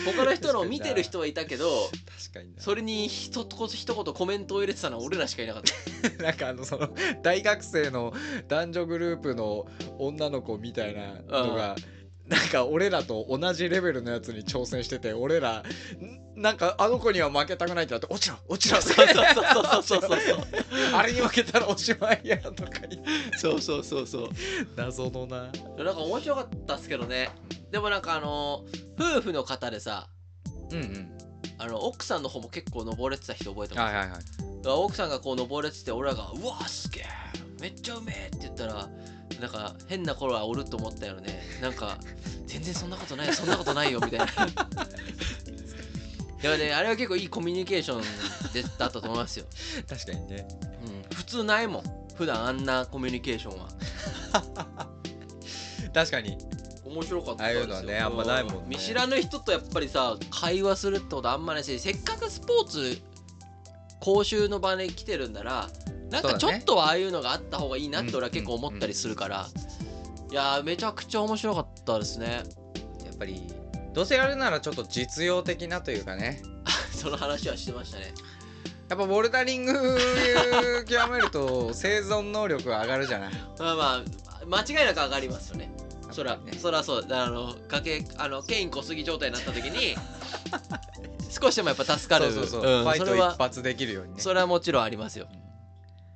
[SPEAKER 2] 他の人の見てる人はいたけど
[SPEAKER 1] 確かにな
[SPEAKER 2] それに一言一言コメントを入れてたのは俺らしかいなかった
[SPEAKER 1] なんかあのその大学生の男女グループの女の子みたいなのが、なんか俺らと同じレベルのやつに挑戦してて俺らんなんかあの子には負けたくないってなって落ちろ落ちろ
[SPEAKER 2] そうそうそうそうそう
[SPEAKER 1] あれに負けたらおしまいやとか言って
[SPEAKER 2] そうそうそうそう
[SPEAKER 1] 謎のな、
[SPEAKER 2] なんか面白かったっすけどねでもなんかあの夫婦の方でさ
[SPEAKER 1] うんうん
[SPEAKER 2] あの奥さんの方も結構登れてた人覚えてます
[SPEAKER 1] はいはいはい
[SPEAKER 2] だから奥さんがこう登れてて俺らが「うわすげえめっちゃうめえ」って言ったらなんか変な頃はおると思ったよねなんか全然そんなことないそんなことないよみたいな だからねあれは結構いいコミュニケーションでだったと思いますよ、
[SPEAKER 1] 確かにね
[SPEAKER 2] うん、普通ないもん普段あんなコミュニケーションは
[SPEAKER 1] 確かに
[SPEAKER 2] 面白かった
[SPEAKER 1] ああいうのはねあんまないもんね
[SPEAKER 2] 見知らぬ人とやっぱりさ会話するってことあんまないしせっかくスポーツ講習の場に来てるんならなん
[SPEAKER 1] そうだね
[SPEAKER 2] かちょっとはああいうのがあった方がいいなって俺は結構思ったりするから、いやーめちゃくちゃ面白かったですね
[SPEAKER 1] やっぱりどうせやるならちょっと実用的なというかね
[SPEAKER 2] その話はしてましたね
[SPEAKER 1] やっぱボルダリング極めると生存能力が上がるじゃない
[SPEAKER 2] まあまあ間違いなく上がりますよねそら、
[SPEAKER 1] ね
[SPEAKER 2] そらそうだからあの崖あのケイン小杉状態になった時 に少しでもやっぱ助かる
[SPEAKER 1] そうそうそう、
[SPEAKER 2] ん
[SPEAKER 1] ファイ
[SPEAKER 2] そ
[SPEAKER 1] ト
[SPEAKER 2] れ
[SPEAKER 1] 一
[SPEAKER 2] は
[SPEAKER 1] 発できるようにね
[SPEAKER 2] それはもちろんありますよ
[SPEAKER 1] う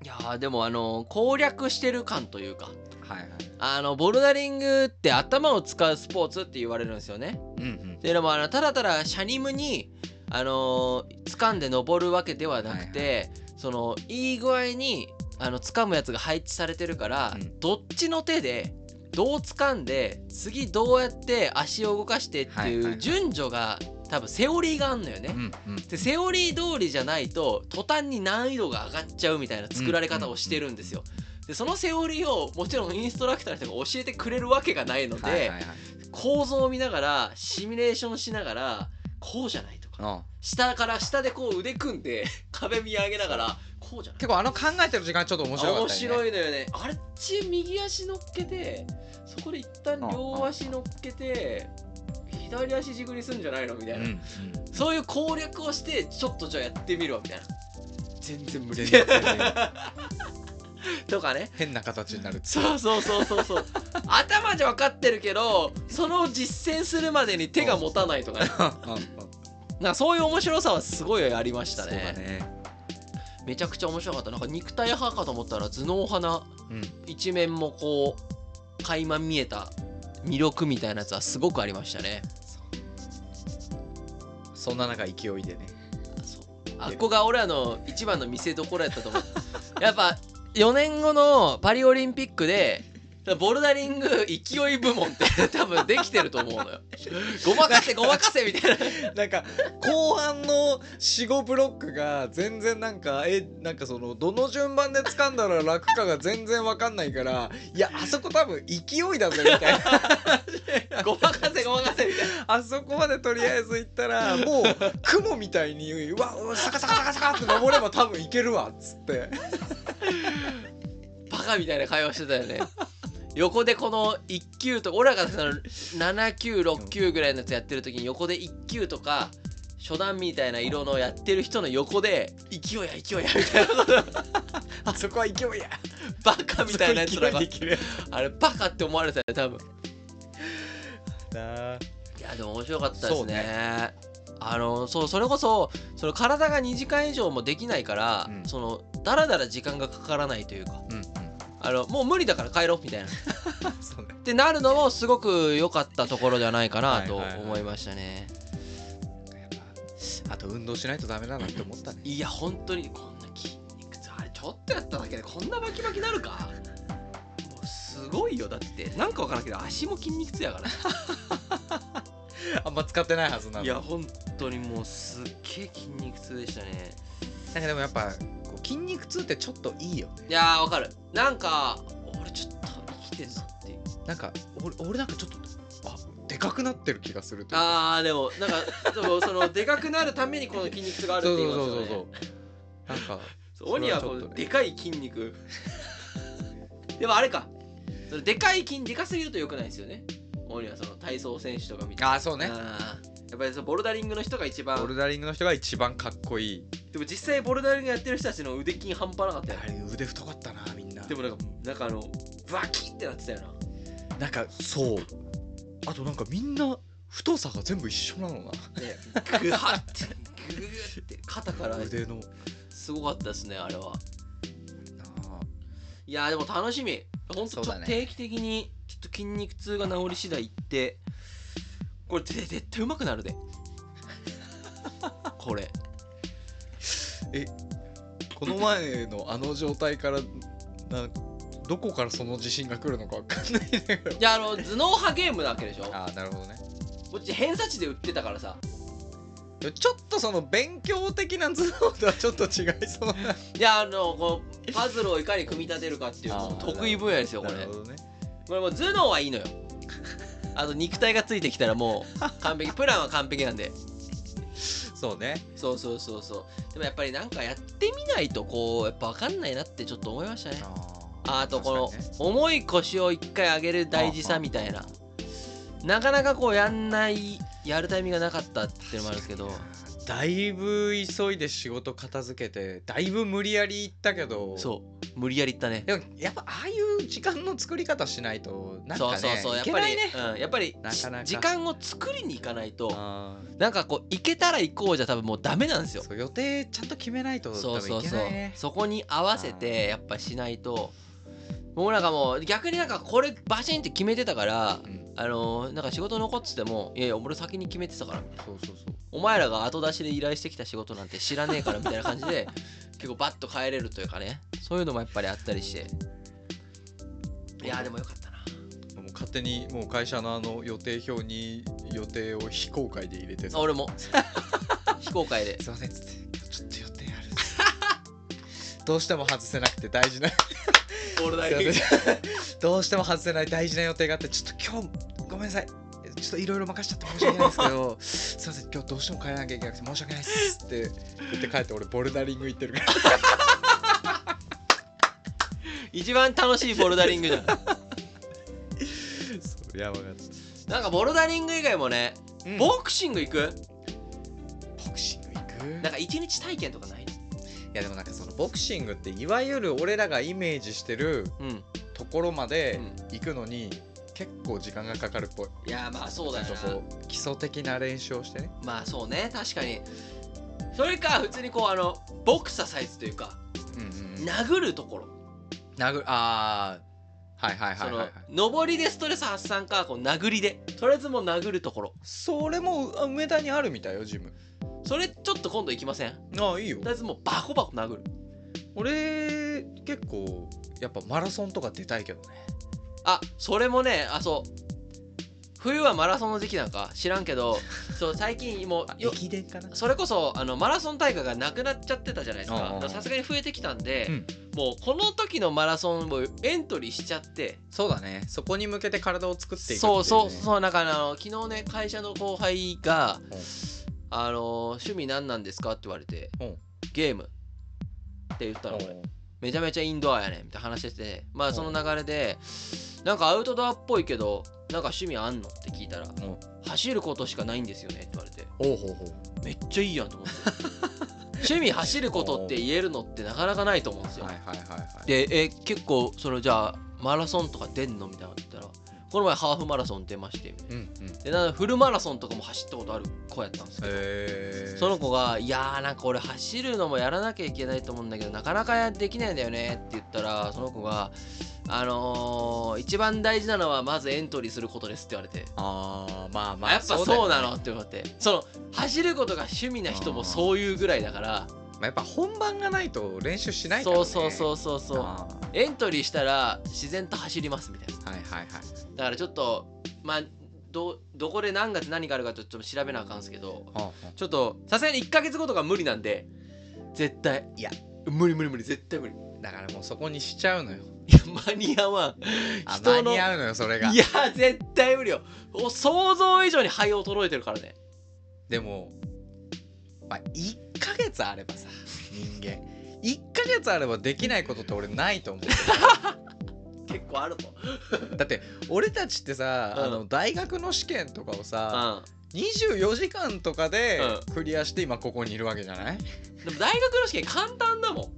[SPEAKER 1] ん
[SPEAKER 2] いやーでもあの攻略してる感というか
[SPEAKER 1] はいはい
[SPEAKER 2] あのボルダリングって頭を使うスポーツって言われるんですよね。
[SPEAKER 1] うんうん
[SPEAKER 2] っていうのもあのただただシャニムにあのー掴んで登るわけではなくて、そのいい具合にあの掴むやつが配置されてるから、
[SPEAKER 1] うん
[SPEAKER 2] どっちの手でどう掴んで次どうやって足を動かしてって
[SPEAKER 1] はいはい
[SPEAKER 2] い
[SPEAKER 1] は
[SPEAKER 2] う
[SPEAKER 1] い
[SPEAKER 2] 順序が多分セオリーがあんのよね。
[SPEAKER 1] うんうん
[SPEAKER 2] でセオリー通りじゃないと途端に難易度が上がっちゃうみたいな作られ方をしてるんですよ。でそのセオリーをもちろんインストラクターの人が教えてくれるわけがないので、
[SPEAKER 1] はいはいはい
[SPEAKER 2] 構造を見ながらシミュレーションしながらこうじゃないとか
[SPEAKER 1] うん
[SPEAKER 2] 下から下でこう腕組んで 壁見上げながらこうじゃない
[SPEAKER 1] 結構あの考えてる時間ちょっと面白かったよ
[SPEAKER 2] 面
[SPEAKER 1] ね
[SPEAKER 2] 白いのよねあれっち右足乗っけてそこで一旦両足乗っけて左足じぐりすんじゃないのみたいな。
[SPEAKER 1] うんうん
[SPEAKER 2] そういう攻略をしてちょっとじゃあやってみるわみたいな全然無理
[SPEAKER 1] 全然
[SPEAKER 2] とかね
[SPEAKER 1] 変な形になるっつ
[SPEAKER 2] そうそうそうそ うそう頭じゃ分かってるけどその実践するまでに手が持たないと かね
[SPEAKER 1] うんうん
[SPEAKER 2] なんかそういう面白さはすごいありまし
[SPEAKER 1] そ
[SPEAKER 2] た
[SPEAKER 1] う
[SPEAKER 2] ね
[SPEAKER 1] だね
[SPEAKER 2] めちゃくちゃ面白かったなんか肉体派かと思ったら頭脳派な
[SPEAKER 1] うん
[SPEAKER 2] 一面もこう垣間見えた魅力みたいなやつはすごくありましたね
[SPEAKER 1] そんな中勢いでね
[SPEAKER 2] そうあっこが俺らの一番の見せどころやったと 思うやっぱ4年後のパリオリンピックでボルダリング勢い部門って多分できてると思う のよごまかせごまかせみたいな
[SPEAKER 1] なんか後半の45ブロックが全然なんかえなんかそのどの順番で掴んだら楽かが全然わかんないからいやあそこ多分勢いだぜみたい な
[SPEAKER 2] ごまかせごまかせみたいな
[SPEAKER 1] あそこまでとりあえず行ったらもう雲みたいにうわうわサカサカサカサカって登れば多分いけるわっつって
[SPEAKER 2] バカみたいな会話してたよね横でこの1級と俺らが7級6級ぐらいのやつやってる時に横で1級とか初段みたいな色のやってる人の横で勢いや勢いやみたいなこと
[SPEAKER 1] あそこは勢いや
[SPEAKER 2] バカみたいなやつらが
[SPEAKER 1] あそこ勢いできる
[SPEAKER 2] あれバカって思われたよね多分
[SPEAKER 1] や
[SPEAKER 2] いやでも面白かったで
[SPEAKER 1] そ
[SPEAKER 2] す
[SPEAKER 1] う
[SPEAKER 2] ねあのそうそれこそその体が2時間以上もできないから、
[SPEAKER 1] うん
[SPEAKER 2] そのだらだら時間がかからないというか
[SPEAKER 1] うんうん
[SPEAKER 2] あのもう無理だから帰ろうみたいなっ
[SPEAKER 1] そうね
[SPEAKER 2] てなるのもすごく良かったところではないかなと
[SPEAKER 1] はいはいはい
[SPEAKER 2] 思いましたね
[SPEAKER 1] やっぱあと運動しないとダメだなって思ったね
[SPEAKER 2] いや本当にこんな筋肉痛あれちょっとやっただけでこんなバキバキなるかもうすごいよだってなんかわからんけど足も筋肉痛やから
[SPEAKER 1] あんま使ってないはずなの
[SPEAKER 2] い
[SPEAKER 1] に
[SPEAKER 2] や本当にもうすっげえ筋肉痛でしたね
[SPEAKER 1] なんかでもやっぱこう筋肉痛ってちょっといいよね
[SPEAKER 2] いやーわかるなんか俺ちょっと生きてんなっていう
[SPEAKER 1] なんか俺俺なんかちょっとあでかくなってる気がするというか
[SPEAKER 2] あーでも なんかでもそのでかくなるためにこの筋肉痛があるっ
[SPEAKER 1] そ
[SPEAKER 2] て
[SPEAKER 1] う
[SPEAKER 2] 言い
[SPEAKER 1] そう
[SPEAKER 2] ます
[SPEAKER 1] そうそ
[SPEAKER 2] よ
[SPEAKER 1] う
[SPEAKER 2] ね
[SPEAKER 1] そうなんか
[SPEAKER 2] そう鬼はこ
[SPEAKER 1] それはちょっ
[SPEAKER 2] う
[SPEAKER 1] とね
[SPEAKER 2] でかい筋肉でもあれかそれでかい筋でかすぎると良くないですよね鬼はその体操選手とかみたい
[SPEAKER 1] ああそう
[SPEAKER 2] な
[SPEAKER 1] ね
[SPEAKER 2] あーやっぱりそのボルダリングの人が一
[SPEAKER 1] ボ
[SPEAKER 2] 番
[SPEAKER 1] ルダリングの人が一番かっこいい
[SPEAKER 2] でも実際ボルダリングやってる人たちの腕筋半端なかったよ
[SPEAKER 1] あれ腕太かったなみんな
[SPEAKER 2] でもなんかなんかあのバキってなってたよな
[SPEAKER 1] なんかそうあとなんかみんな太さが全部一緒なの
[SPEAKER 2] ね、ぐはってぐぐって肩から
[SPEAKER 1] な腕のな
[SPEAKER 2] すごかったですねあれは
[SPEAKER 1] あ
[SPEAKER 2] いやーでも楽しみほんと
[SPEAKER 1] そう
[SPEAKER 2] ちょ
[SPEAKER 1] だ
[SPEAKER 2] っと
[SPEAKER 1] ね
[SPEAKER 2] 定期的にちょっと筋肉痛が治り次第行ってこれぜ絶対うまくな るでこれ
[SPEAKER 1] この前のあの状態からなどこからその自信が来るのかわかんないんだけど
[SPEAKER 2] いやあの頭脳派ゲームなわけでしょ
[SPEAKER 1] ああなるほどね
[SPEAKER 2] こっち偏差値で売ってたからさ
[SPEAKER 1] ちょっとその勉強的な頭脳とはちょっと違いそうない
[SPEAKER 2] やあのこうパズルをいかに組み立てるかっていう
[SPEAKER 1] あー
[SPEAKER 2] 得意分野ですよこ
[SPEAKER 1] な
[SPEAKER 2] れ
[SPEAKER 1] るほどね
[SPEAKER 2] これもう頭脳はいいのよあと肉体がついてきたらもう 完璧プランは完璧なんで
[SPEAKER 1] そうね
[SPEAKER 2] そうそうそうそうでもやっぱりなんかやってみないとこうやっぱ分かんないなってちょっと思いましたねああとこの重い腰を一回上げる大事さみたいななかなかこうやんないやるタイミングがなかったっていうのもあるんですけど
[SPEAKER 1] だいぶ急いで仕事片付けてだいぶ無理やり行ったけど
[SPEAKER 2] そう無理やりいったね
[SPEAKER 1] でもやっぱああいう時間の作り方しないとなんかね
[SPEAKER 2] そうそうそうや
[SPEAKER 1] い
[SPEAKER 2] っ
[SPEAKER 1] け
[SPEAKER 2] ぱ
[SPEAKER 1] な
[SPEAKER 2] り
[SPEAKER 1] いね
[SPEAKER 2] うん、やっぱり
[SPEAKER 1] なかなか
[SPEAKER 2] 時間を作りに行かないと
[SPEAKER 1] あー
[SPEAKER 2] なんかこう行けたら行こうじゃ多分もうダメなんですよ
[SPEAKER 1] そう予定ちゃんと決めないと
[SPEAKER 2] そ
[SPEAKER 1] 多
[SPEAKER 2] うそ
[SPEAKER 1] 分
[SPEAKER 2] う
[SPEAKER 1] いけ
[SPEAKER 2] そう
[SPEAKER 1] ないね
[SPEAKER 2] そこに合わせてやっぱしないともうなんかもう逆になんかこれバシンって決めてたから
[SPEAKER 1] うん
[SPEAKER 2] あのーなんか仕事残ってても「いやいや俺先に決めてたから
[SPEAKER 1] そうそうそう
[SPEAKER 2] お前らが後出しで依頼してきた仕事なんて知らねえから」みたいな感じ で結構バッと帰れるというかねそういうのもやっぱりあったりしていやーでもよかったな
[SPEAKER 1] もう勝手にもう会社のあの予定表に予定を非公開で入れて
[SPEAKER 2] あ俺 も非公開です
[SPEAKER 1] いませんっつって今日ちょっと予定ある んですどうしても外せなくて大事な
[SPEAKER 2] 俺だ
[SPEAKER 1] すいま せんどうしても外せない大事な予定があってちょっと今日ごめんなさいちょっといろいろ任せちゃって申し訳ないですけ どすいません今日どうしても帰らなきゃいけなくて申し訳ないですって言って帰って俺ボルダリング行ってるから
[SPEAKER 2] 一番楽しいボルダリングじゃん
[SPEAKER 1] そうやばかっ
[SPEAKER 2] なんかボルダリング以外もね
[SPEAKER 1] た、ボ
[SPEAKER 2] ボクシング行く
[SPEAKER 1] クシング行く
[SPEAKER 2] なんか一日体験とかないの
[SPEAKER 1] いやでもなんかそのボクシングっていわゆる俺らがイメージしてる
[SPEAKER 2] うん
[SPEAKER 1] ところま
[SPEAKER 2] う
[SPEAKER 1] で
[SPEAKER 2] ん
[SPEAKER 1] 行くのに結構時間がかかるっぽい
[SPEAKER 2] いやまあそうだよ
[SPEAKER 1] ちゃん
[SPEAKER 2] な
[SPEAKER 1] とこう基礎的な練習をしてね
[SPEAKER 2] まあそうね確かにそれか普通にこうあのボクササイズというか
[SPEAKER 1] うんうんうん
[SPEAKER 2] 殴るところ
[SPEAKER 1] 殴るああはいはい
[SPEAKER 2] そ
[SPEAKER 1] はいはい、は
[SPEAKER 2] の
[SPEAKER 1] い、
[SPEAKER 2] 上りでストレス発散かこう殴りでとりあえずもう殴るところ
[SPEAKER 1] それもうあ梅田にあるみたいよジム
[SPEAKER 2] それちょっと今度行きませんと
[SPEAKER 1] ああいいよ
[SPEAKER 2] りあえずもうバコバコ殴る
[SPEAKER 1] 俺結構やっぱマラソンとか出たいけどね
[SPEAKER 2] あそれもねあそう冬はマラソンの時期なんか知らんけどそう最近もうよ
[SPEAKER 1] 駅伝かな
[SPEAKER 2] それこそあのマラソン大会がなくなっちゃってたじゃないですか
[SPEAKER 1] うんうんうん
[SPEAKER 2] だからさすがに増えてきたんで、
[SPEAKER 1] うん
[SPEAKER 2] もうこの時のマラソンをエントリーしちゃって
[SPEAKER 1] そうだねそこに向けて体を作っていくってい
[SPEAKER 2] そうそう
[SPEAKER 1] う
[SPEAKER 2] そうなんかあの昨日ね会社の後輩が
[SPEAKER 1] うん
[SPEAKER 2] 「あの趣味何なんですか?」って言われて
[SPEAKER 1] うん
[SPEAKER 2] 「ゲーム」って言ったら
[SPEAKER 1] ね
[SPEAKER 2] 俺めちゃめちゃインドアやねんみたいな話しててまあその流れでなんかアウトドアっぽいけどなんか趣味あんのって聞いたら
[SPEAKER 1] ん
[SPEAKER 2] 走ることしかないんですよねって言われて
[SPEAKER 1] おうほうほう
[SPEAKER 2] めっちゃいいやんと思って 趣味走ることって言えるのってなかなかないと思うんですよ
[SPEAKER 1] はいはいはいはい
[SPEAKER 2] でえ結構そのじゃあマラソンとか出んのみたいなの言ったらこの前ハーフマラソン出ましてみたいな
[SPEAKER 1] うんうんへ
[SPEAKER 2] でなんかフルマラソンとかも走ったことある子やったんですけど、
[SPEAKER 1] え
[SPEAKER 2] その子が「いやーなんか俺走るのもやらなきゃいけないと思うんだけどなかなかできないんだよね」って言ったらその子が「あのー、一番大事なのはまずエントリーすることです」って言われて。
[SPEAKER 1] あーまあまあ
[SPEAKER 2] やっぱそうな
[SPEAKER 1] だよ
[SPEAKER 2] のって思ってその走ることが趣味な人もそういうぐらいだから
[SPEAKER 1] まあ、やっぱ本番がないと練習しないから、
[SPEAKER 2] そ
[SPEAKER 1] ね、
[SPEAKER 2] うそうそううそうそう
[SPEAKER 1] あ
[SPEAKER 2] エントリーしたら自然と走りますみたいな
[SPEAKER 1] ーはいはいはい
[SPEAKER 2] だからちょっとまあどどこで何月何があるかちょっと調べなあかんすけど
[SPEAKER 1] はあは
[SPEAKER 2] ちょっとさすがに1ヶ月後とか無理なんで絶対
[SPEAKER 1] いや
[SPEAKER 2] 無理無理無理絶対無理い
[SPEAKER 1] あだからもうそこにしちゃうのよ
[SPEAKER 2] や間に合わん
[SPEAKER 1] あ
[SPEAKER 2] 人
[SPEAKER 1] 間
[SPEAKER 2] の
[SPEAKER 1] に合うのよそれが
[SPEAKER 2] いや絶対無理よお想像以上に肺を衰えてるからね
[SPEAKER 1] でも、まあ、1ヶ月あればさ人 間1ヶ月あればできないことって俺ないと思
[SPEAKER 2] 結構あると
[SPEAKER 1] うだって俺たちってさ、
[SPEAKER 2] うん
[SPEAKER 1] あの大学の試験とかを
[SPEAKER 2] う
[SPEAKER 1] さ、
[SPEAKER 2] ん
[SPEAKER 1] 24時間とかで
[SPEAKER 2] う
[SPEAKER 1] クリアして今ここにいるわけじゃない、
[SPEAKER 2] でも大学の試験簡単だも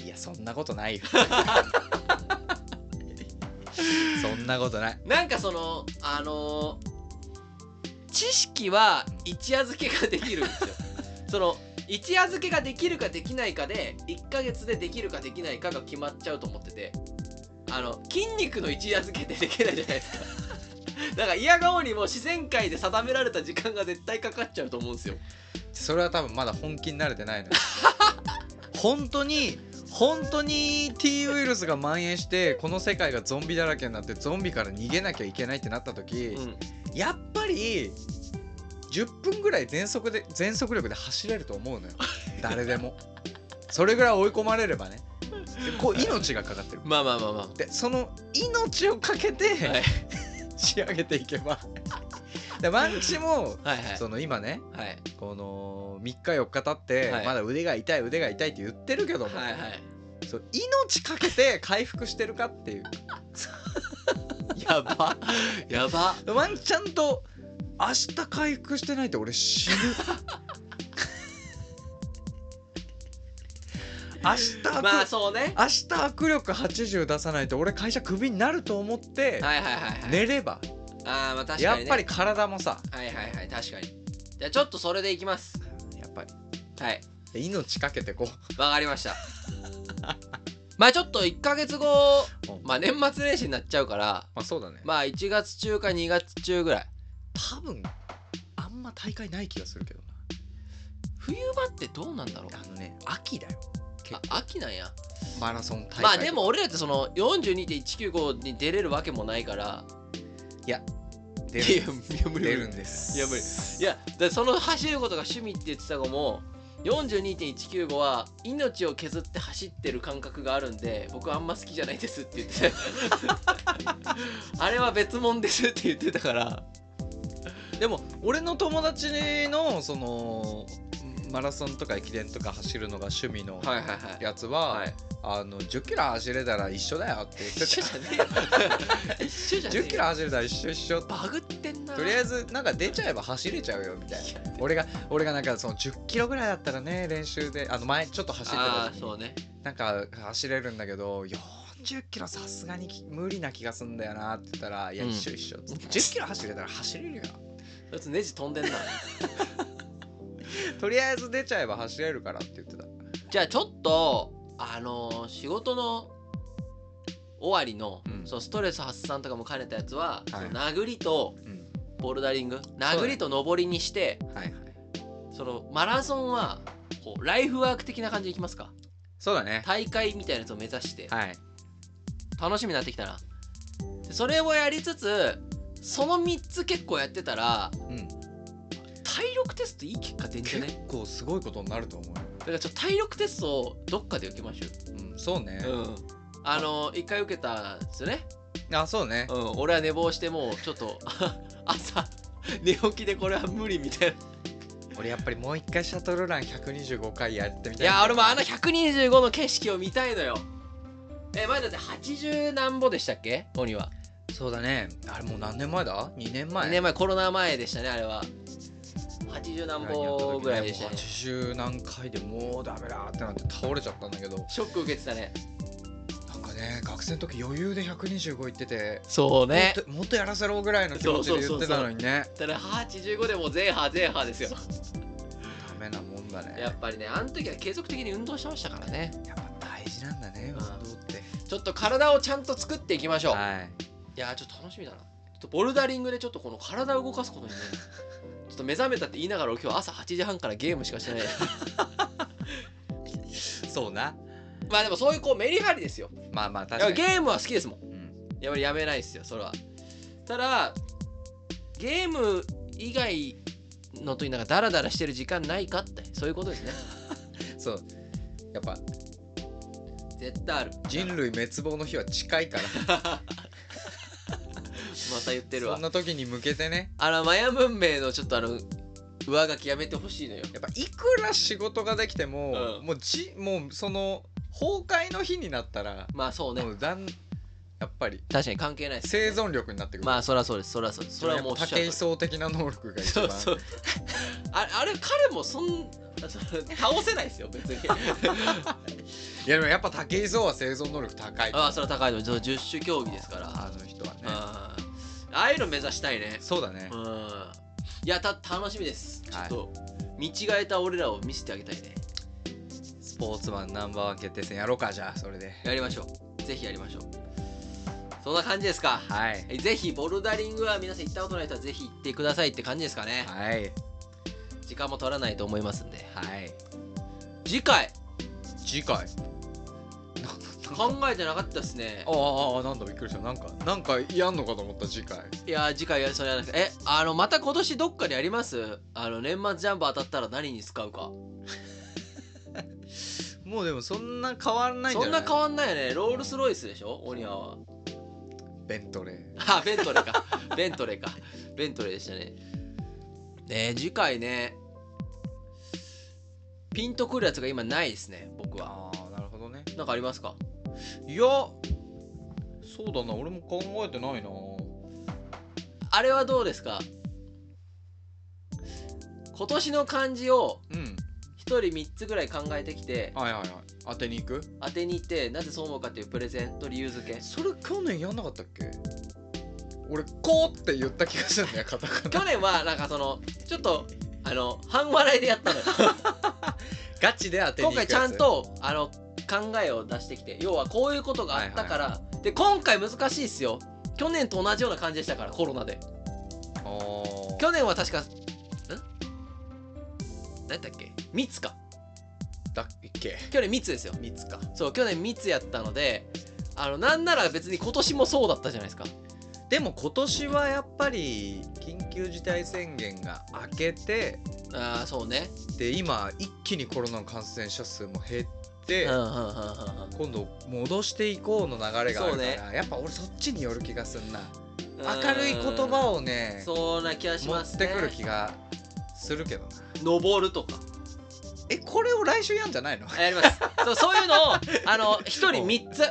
[SPEAKER 2] ん
[SPEAKER 1] いやそんなこと ないよそんなことない
[SPEAKER 2] なんかそのあのー知識は一夜漬けができるん ですよその一夜漬けができるかできないかで1ヶ月でできるかできないかが決まっちゃうと思っててあの筋肉の一夜漬けってできないじゃ ないですかだから嫌顔にも自然界で定められた時間が絶対かかっちゃうと思うんですよ
[SPEAKER 1] それは多分まだ本気になれて ないのよ本当に本当に T ウイルスが蔓延してこの世界がゾンビだらけになってゾンビから逃げなきゃいけないってなった時、
[SPEAKER 2] うん
[SPEAKER 1] やっぱり10分ぐらい全速で全速力で走れると思うの よ誰でもそれぐらい追い込まれればねでこう命がかかってる
[SPEAKER 2] まあまあまあまあ
[SPEAKER 1] でその命をかけて、
[SPEAKER 2] はい
[SPEAKER 1] 仕上げていけばでマンキシも
[SPEAKER 2] はいはい
[SPEAKER 1] その今ね
[SPEAKER 2] はい
[SPEAKER 1] この3日4日経って、
[SPEAKER 2] はい
[SPEAKER 1] まだ腕が痛い腕が痛いって言ってるけども、
[SPEAKER 2] はいはい
[SPEAKER 1] そう命かけて回復してるかっていう
[SPEAKER 2] やば やば
[SPEAKER 1] ワンちゃんと明日回復してないと俺死 ぬ明日握、
[SPEAKER 2] まあそうね
[SPEAKER 1] 明日握力80出さないと俺会社クビになると思って
[SPEAKER 2] はいはいはいはい
[SPEAKER 1] 寝れば、
[SPEAKER 2] ああまあ確かに、ね、
[SPEAKER 1] やっぱり体もさ
[SPEAKER 2] はいはいはい確かにじゃあちょっとそれでいきます
[SPEAKER 1] やっぱ
[SPEAKER 2] はい
[SPEAKER 1] り命かけてこう
[SPEAKER 2] わかりま したまあちょっと1ヶ月後
[SPEAKER 1] うん
[SPEAKER 2] まあ年末年始になっちゃうから
[SPEAKER 1] まあそうだね、
[SPEAKER 2] まあ1月中か2月中ぐらい
[SPEAKER 1] 多分あんま大会ない気がするけどな
[SPEAKER 2] 冬場ってどうなんだろう
[SPEAKER 1] あのね秋だよ
[SPEAKER 2] あ秋なんや
[SPEAKER 1] マラソン大会
[SPEAKER 2] まあでも俺らってその42.195に出れるわけもないからい
[SPEAKER 1] 出
[SPEAKER 2] や
[SPEAKER 1] る
[SPEAKER 2] いや無理
[SPEAKER 1] 出
[SPEAKER 2] 無
[SPEAKER 1] る
[SPEAKER 2] 理
[SPEAKER 1] んです
[SPEAKER 2] いや無理いやだからその走ることが趣味って言ってた子も42.195は命を削って走ってる感覚があるんで僕あんま好きじゃないですって言ってたあれは別物ですって言ってたから
[SPEAKER 1] でも俺の友達のそのマラソンとか駅伝とか走るのが趣味の
[SPEAKER 2] はいはいはい
[SPEAKER 1] やつは、
[SPEAKER 2] はい
[SPEAKER 1] あの10キロ走れたら一緒だよって 言って
[SPEAKER 2] 一緒
[SPEAKER 1] た
[SPEAKER 2] じゃねえよ一緒じゃねえ
[SPEAKER 1] 10キロ走れたら一緒一緒
[SPEAKER 2] バグってんな
[SPEAKER 1] とりあえずなんか出ちゃえば走れちゃうよみたいな俺が俺がなんかその10キロぐらいだったらね練習であの前ちょっと走って
[SPEAKER 2] あ
[SPEAKER 1] た
[SPEAKER 2] あ
[SPEAKER 1] 時
[SPEAKER 2] そう
[SPEAKER 1] に
[SPEAKER 2] ね
[SPEAKER 1] なんか走れるんだけど40キロさすがにき無理な気がすんだよなって言ったら「いや
[SPEAKER 2] うん
[SPEAKER 1] 一緒一緒」10キロ走れたら走れるよ
[SPEAKER 2] そいつネジ飛んでんな
[SPEAKER 1] とりあえず出ちゃえば走れるから」って言ってた
[SPEAKER 2] じゃあちょっとあのー仕事の終わりの,、
[SPEAKER 1] うん
[SPEAKER 2] そのストレス発散とかも兼ねたやつ
[SPEAKER 1] は
[SPEAKER 2] は、
[SPEAKER 1] い
[SPEAKER 2] その殴りと
[SPEAKER 1] うん
[SPEAKER 2] ボルダリング
[SPEAKER 1] だね
[SPEAKER 2] 殴りと登りにして
[SPEAKER 1] はいはい
[SPEAKER 2] そのマラソンはこうライフワーク的な感じでいきますか
[SPEAKER 1] そうだね
[SPEAKER 2] 大会みたいなやつを目指して
[SPEAKER 1] はい
[SPEAKER 2] 楽しみになってきたなでそれをやりつつその3つ結構やってたら
[SPEAKER 1] うん
[SPEAKER 2] 体力テストいい結果出んじ ゃ
[SPEAKER 1] 結
[SPEAKER 2] ね
[SPEAKER 1] 構すごいことになると思うよ
[SPEAKER 2] だからちょっと体力テストをどっかで受けましょ
[SPEAKER 1] うんそうね
[SPEAKER 2] うようんあの一回受けたんですよね
[SPEAKER 1] あそうね
[SPEAKER 2] うん俺は寝坊してもうちょっと 朝寝起きでこれは無理みたいな
[SPEAKER 1] 俺やっぱりもう一回シャトルラン125回やってみ
[SPEAKER 2] い
[SPEAKER 1] たい
[SPEAKER 2] や俺もあの125の景色を見たいのよえ前だって80何歩でしたっけ鬼は
[SPEAKER 1] そうだねあれもう何年前だ2年前
[SPEAKER 2] 2年前コロナ前でしたねあれは80何歩ぐらいでした
[SPEAKER 1] ね
[SPEAKER 2] ね
[SPEAKER 1] 80何回でもうダメだってなって倒れちゃったんだけど
[SPEAKER 2] ショック受けてたね
[SPEAKER 1] なんかね学生の時余裕で125いってて
[SPEAKER 2] そうね
[SPEAKER 1] もっともっとやらせろぐらいの気持ちで言ってたのにね
[SPEAKER 2] ただ85でもうゼーハーゼーハーですよ
[SPEAKER 1] ダメなもんだね
[SPEAKER 2] やっぱりねあの時は継続的に運動してましたからね
[SPEAKER 1] やっぱ大事なんだね運
[SPEAKER 2] うん
[SPEAKER 1] 動って
[SPEAKER 2] ちょっと体をちゃんと作っていきましょう、
[SPEAKER 1] はい
[SPEAKER 2] い、やーちょっと楽しみだなちょっとボルダリングでちょっとこの体を動かすことにね ちょっと目覚めたって言いながら俺今日朝8時半からゲームしかしてない
[SPEAKER 1] そうな
[SPEAKER 2] まあでもそういうこうメリハリですよ
[SPEAKER 1] まあまあ
[SPEAKER 2] い
[SPEAKER 1] 確か
[SPEAKER 2] や
[SPEAKER 1] に
[SPEAKER 2] ゲームは好きですもん
[SPEAKER 1] うん
[SPEAKER 2] やっぱりやめないですよそれはただゲーム以外のとになんかダラダラしてる時間ないかってそういうことですね
[SPEAKER 1] そうやっぱ
[SPEAKER 2] 絶対ある
[SPEAKER 1] 人類滅亡の日は近いから
[SPEAKER 2] また言ってる
[SPEAKER 1] そ
[SPEAKER 2] わ
[SPEAKER 1] んな時に向けてね
[SPEAKER 2] あのマヤ文明のちょっとあの上書きやめてほしいのよ
[SPEAKER 1] やっぱいくら仕事ができても、
[SPEAKER 2] うん
[SPEAKER 1] もうじもうその崩壊の日になったら、
[SPEAKER 2] まあそうね
[SPEAKER 1] もうだんやっぱり
[SPEAKER 2] 確かに関係ないです
[SPEAKER 1] 生存力になってくる、
[SPEAKER 2] まあそりゃそうですそりゃそうですそれはもうおっしゃ
[SPEAKER 1] 竹
[SPEAKER 2] る
[SPEAKER 1] 井
[SPEAKER 2] 通
[SPEAKER 1] 壮的な能力が
[SPEAKER 2] り
[SPEAKER 1] 一
[SPEAKER 2] そ
[SPEAKER 1] 番
[SPEAKER 2] うそう あれあれ彼もそんそ倒せないですよ別 に
[SPEAKER 1] いやでもやっぱ竹井壮は生存能力高い
[SPEAKER 2] ああそれは高いのそう10種競技ですから
[SPEAKER 1] あの人はね
[SPEAKER 2] あーああいうの目指したいね
[SPEAKER 1] そうだね
[SPEAKER 2] うんいやた楽しみですちょ
[SPEAKER 1] は
[SPEAKER 2] っ
[SPEAKER 1] い
[SPEAKER 2] と見違えた俺らを見せてあげたいね
[SPEAKER 1] スポーツマンナンバーワン決定戦やろうかじゃあそれで
[SPEAKER 2] やりましょうぜひやりましょうそんな感じですか
[SPEAKER 1] はい
[SPEAKER 2] えぜひボルダリングは皆さん行ったことない人はぜひ行ってくださいって感じですかね、
[SPEAKER 1] はい
[SPEAKER 2] 時間も取らないと思いますんで
[SPEAKER 1] はい
[SPEAKER 2] 次回
[SPEAKER 1] 次回
[SPEAKER 2] 考えてなかったですね
[SPEAKER 1] あああなんだびっくりしたなんかなんかやんのかと思った次回
[SPEAKER 2] いやー次回やそれやらなくてえあのまた今年どっかでやりますあの年末ジャンボ当たったら何に使うか
[SPEAKER 1] もうでもそんな変わんないん
[SPEAKER 2] そ
[SPEAKER 1] じゃ
[SPEAKER 2] ん
[SPEAKER 1] ない
[SPEAKER 2] な変わんないよねロールスロイスでしょオニアは
[SPEAKER 1] ベントレー
[SPEAKER 2] あベントレーかベントレーかベントレーでしたねねえ次回ねピンとくるやつが今ないですね僕は
[SPEAKER 1] ああなるほどね
[SPEAKER 2] なんかありますか
[SPEAKER 1] いやそうだな俺も考えてないな
[SPEAKER 2] あれはどうですか今年の漢字を
[SPEAKER 1] うん
[SPEAKER 2] 1人3つぐらい考えてきて
[SPEAKER 1] はいはいはい当てに行く
[SPEAKER 2] 当てに行ってなぜそう思うかっていうプレゼンと理由付け
[SPEAKER 1] それ去年やんなかったっけ俺こうって言った気がするんだよカタカナ
[SPEAKER 2] 去年はなんかそのちょっとあの半笑いでやったのよ
[SPEAKER 1] ガチで当てに
[SPEAKER 2] 今
[SPEAKER 1] 行くや
[SPEAKER 2] 回
[SPEAKER 1] つ
[SPEAKER 2] ちゃんとあの考えを出してきて要はこういうことがあったから、
[SPEAKER 1] は
[SPEAKER 2] で今回難しいっすよ去年と同じような感じでしたからコロナで
[SPEAKER 1] あー
[SPEAKER 2] 去年は確かん何だっけ密か
[SPEAKER 1] だっけ
[SPEAKER 2] 去年密ですよ
[SPEAKER 1] 三つか
[SPEAKER 2] そう去年密やったのであのなんなら別に今年もそうだったじゃないですか
[SPEAKER 1] でも今年はやっぱり緊急事態宣言が明けて
[SPEAKER 2] ああそうね
[SPEAKER 1] で今一気にコロナの感染者数も減っ
[SPEAKER 2] う
[SPEAKER 1] て、
[SPEAKER 2] んうんうんうんうん
[SPEAKER 1] 今度戻していこうの流れがある
[SPEAKER 2] そう
[SPEAKER 1] か
[SPEAKER 2] ね
[SPEAKER 1] ら、やっぱ俺そっちによる気がすんな
[SPEAKER 2] うん
[SPEAKER 1] 明るい言葉をね
[SPEAKER 2] そうな気がし
[SPEAKER 1] 持
[SPEAKER 2] ま
[SPEAKER 1] っ
[SPEAKER 2] す
[SPEAKER 1] て
[SPEAKER 2] ね
[SPEAKER 1] くる気がするけどな
[SPEAKER 2] 登るとか
[SPEAKER 1] えこれを来週やんじゃないの
[SPEAKER 2] あやりますそうそういうのをあの1人3つ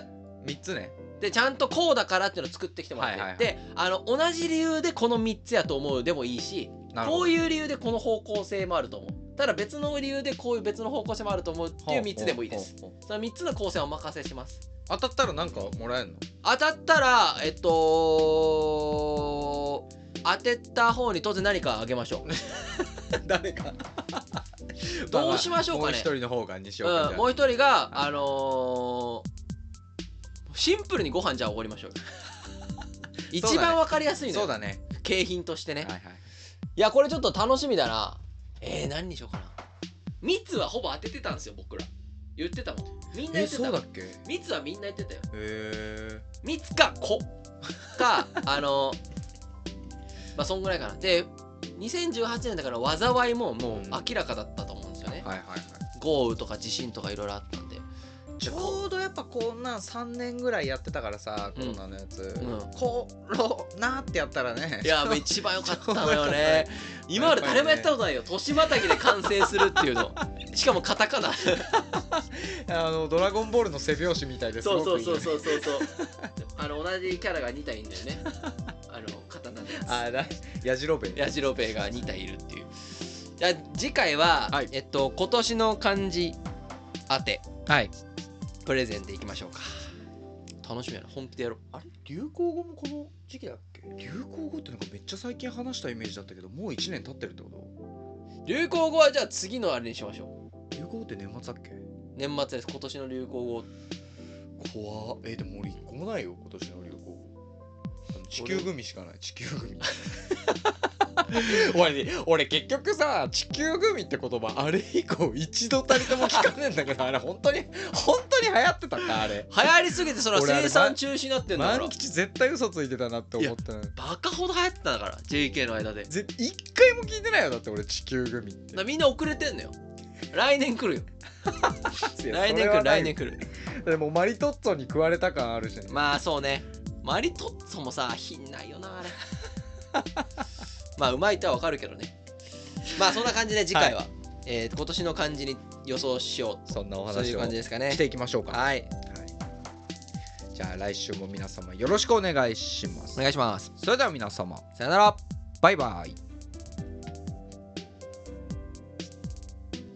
[SPEAKER 1] ?3 つね
[SPEAKER 2] でちゃんとこうだからっていうのを作ってきてもらって、
[SPEAKER 1] はいはいはい
[SPEAKER 2] であの同じ理由でこの3つやと思うでもいいし
[SPEAKER 1] なる
[SPEAKER 2] こ
[SPEAKER 1] ほど
[SPEAKER 2] ういう理由でこの方向性もあると思うただ別の理由でこういう別の方向性もあると思うっていう3つでもいいです
[SPEAKER 1] ほうほうほう
[SPEAKER 2] その3つの構成はお任せします
[SPEAKER 1] 当たったらなんかもらえるの
[SPEAKER 2] 当たったらえっと当てた方に当然何かあげましょう
[SPEAKER 1] 誰か
[SPEAKER 2] どうしましょうかね
[SPEAKER 1] もう一人の方が西岡
[SPEAKER 2] うん、もう
[SPEAKER 1] う
[SPEAKER 2] 一人が、
[SPEAKER 1] はい
[SPEAKER 2] あのーシンプルにご飯じゃあおごりま しょうよ一番わかりやすいの
[SPEAKER 1] そ
[SPEAKER 2] よ、
[SPEAKER 1] うだね
[SPEAKER 2] 景品としてね、
[SPEAKER 1] はいはい
[SPEAKER 2] いやこれちょっと楽しみだなえー、何にしようかなミツはほぼ当ててたんですよ僕ら言ってたもんみんな言
[SPEAKER 1] え
[SPEAKER 2] ってた
[SPEAKER 1] そう
[SPEAKER 2] も
[SPEAKER 1] だ
[SPEAKER 2] ん
[SPEAKER 1] っけへ
[SPEAKER 2] ミツはみんな言ってたよ
[SPEAKER 1] え
[SPEAKER 2] ミツか子 かあのまあそんぐらいかなで2018年だから災いももう明らかだったと思うんですよね、
[SPEAKER 1] はいはいはい
[SPEAKER 2] 豪雨とか地震とかいろいろあったんで
[SPEAKER 1] ちょうどやっぱこんなん3年ぐらいやってたからさコロナのやつ、
[SPEAKER 2] うん
[SPEAKER 1] コロナってやったらね
[SPEAKER 2] い やもう一番良かったのよ
[SPEAKER 1] そうだ
[SPEAKER 2] ね今まで誰もやったことないよ年またぎで完成するっていうのしかもカタカナ
[SPEAKER 1] あのドラゴンボールの背表紙みたいです
[SPEAKER 2] そうそうそう
[SPEAKER 1] う
[SPEAKER 2] そうそうそう あの同じキャラが2体いるんだよね あの刀で
[SPEAKER 1] あだやじろべえ
[SPEAKER 2] ヤジロベエが2体いるっていうじゃあ次回は、
[SPEAKER 1] はい
[SPEAKER 2] えっと今年の漢字当て
[SPEAKER 1] はい
[SPEAKER 2] プレゼンでいきましょうか楽しみやな本気でやろう
[SPEAKER 1] あれ流行語もこの時期だっけ流行語ってなんかめっちゃ最近話したイメージだったけどもう1年経ってるってこ
[SPEAKER 2] 流行語はじゃあ次のあれにしましょう
[SPEAKER 1] と流行語って年末だっけ
[SPEAKER 2] 年末です今年の流行語
[SPEAKER 1] 怖っえでも俺1個もないよ今年の流行語地球グミしかない地球グ ミ俺ね俺結局さ地球グミって言葉あれ以降一度たりとも聞かねえんだけどあれ本当に本当に流行ってたかあれ
[SPEAKER 2] 流行りすぎて それは
[SPEAKER 1] 俺あれ
[SPEAKER 2] 生産中止になってんだから
[SPEAKER 1] 万吉絶対嘘ついてたなって思ったのに
[SPEAKER 2] バカほど流行ってたんだから JK の間でだか
[SPEAKER 1] ぜ一回も聞いてないよだって俺地球グミって
[SPEAKER 2] らみんな遅れてんのよ来年来るよ来年来る来年来る
[SPEAKER 1] でもマリトッツォに食われた感あるしね、
[SPEAKER 2] まあそうねマリトッツォもさ品ないよなあれ まあうまいとはわかるけどねまあそんな感じで次回は、えー今年の漢字に予想しよ
[SPEAKER 1] そんなお
[SPEAKER 2] うそうい
[SPEAKER 1] 話
[SPEAKER 2] う
[SPEAKER 1] を
[SPEAKER 2] 感じですかね
[SPEAKER 1] していきましょうか
[SPEAKER 2] はい
[SPEAKER 1] はいじゃあ来週も皆様よろしくお願いします
[SPEAKER 2] お願いします
[SPEAKER 1] それでは皆様
[SPEAKER 2] さよなら
[SPEAKER 1] バイバイ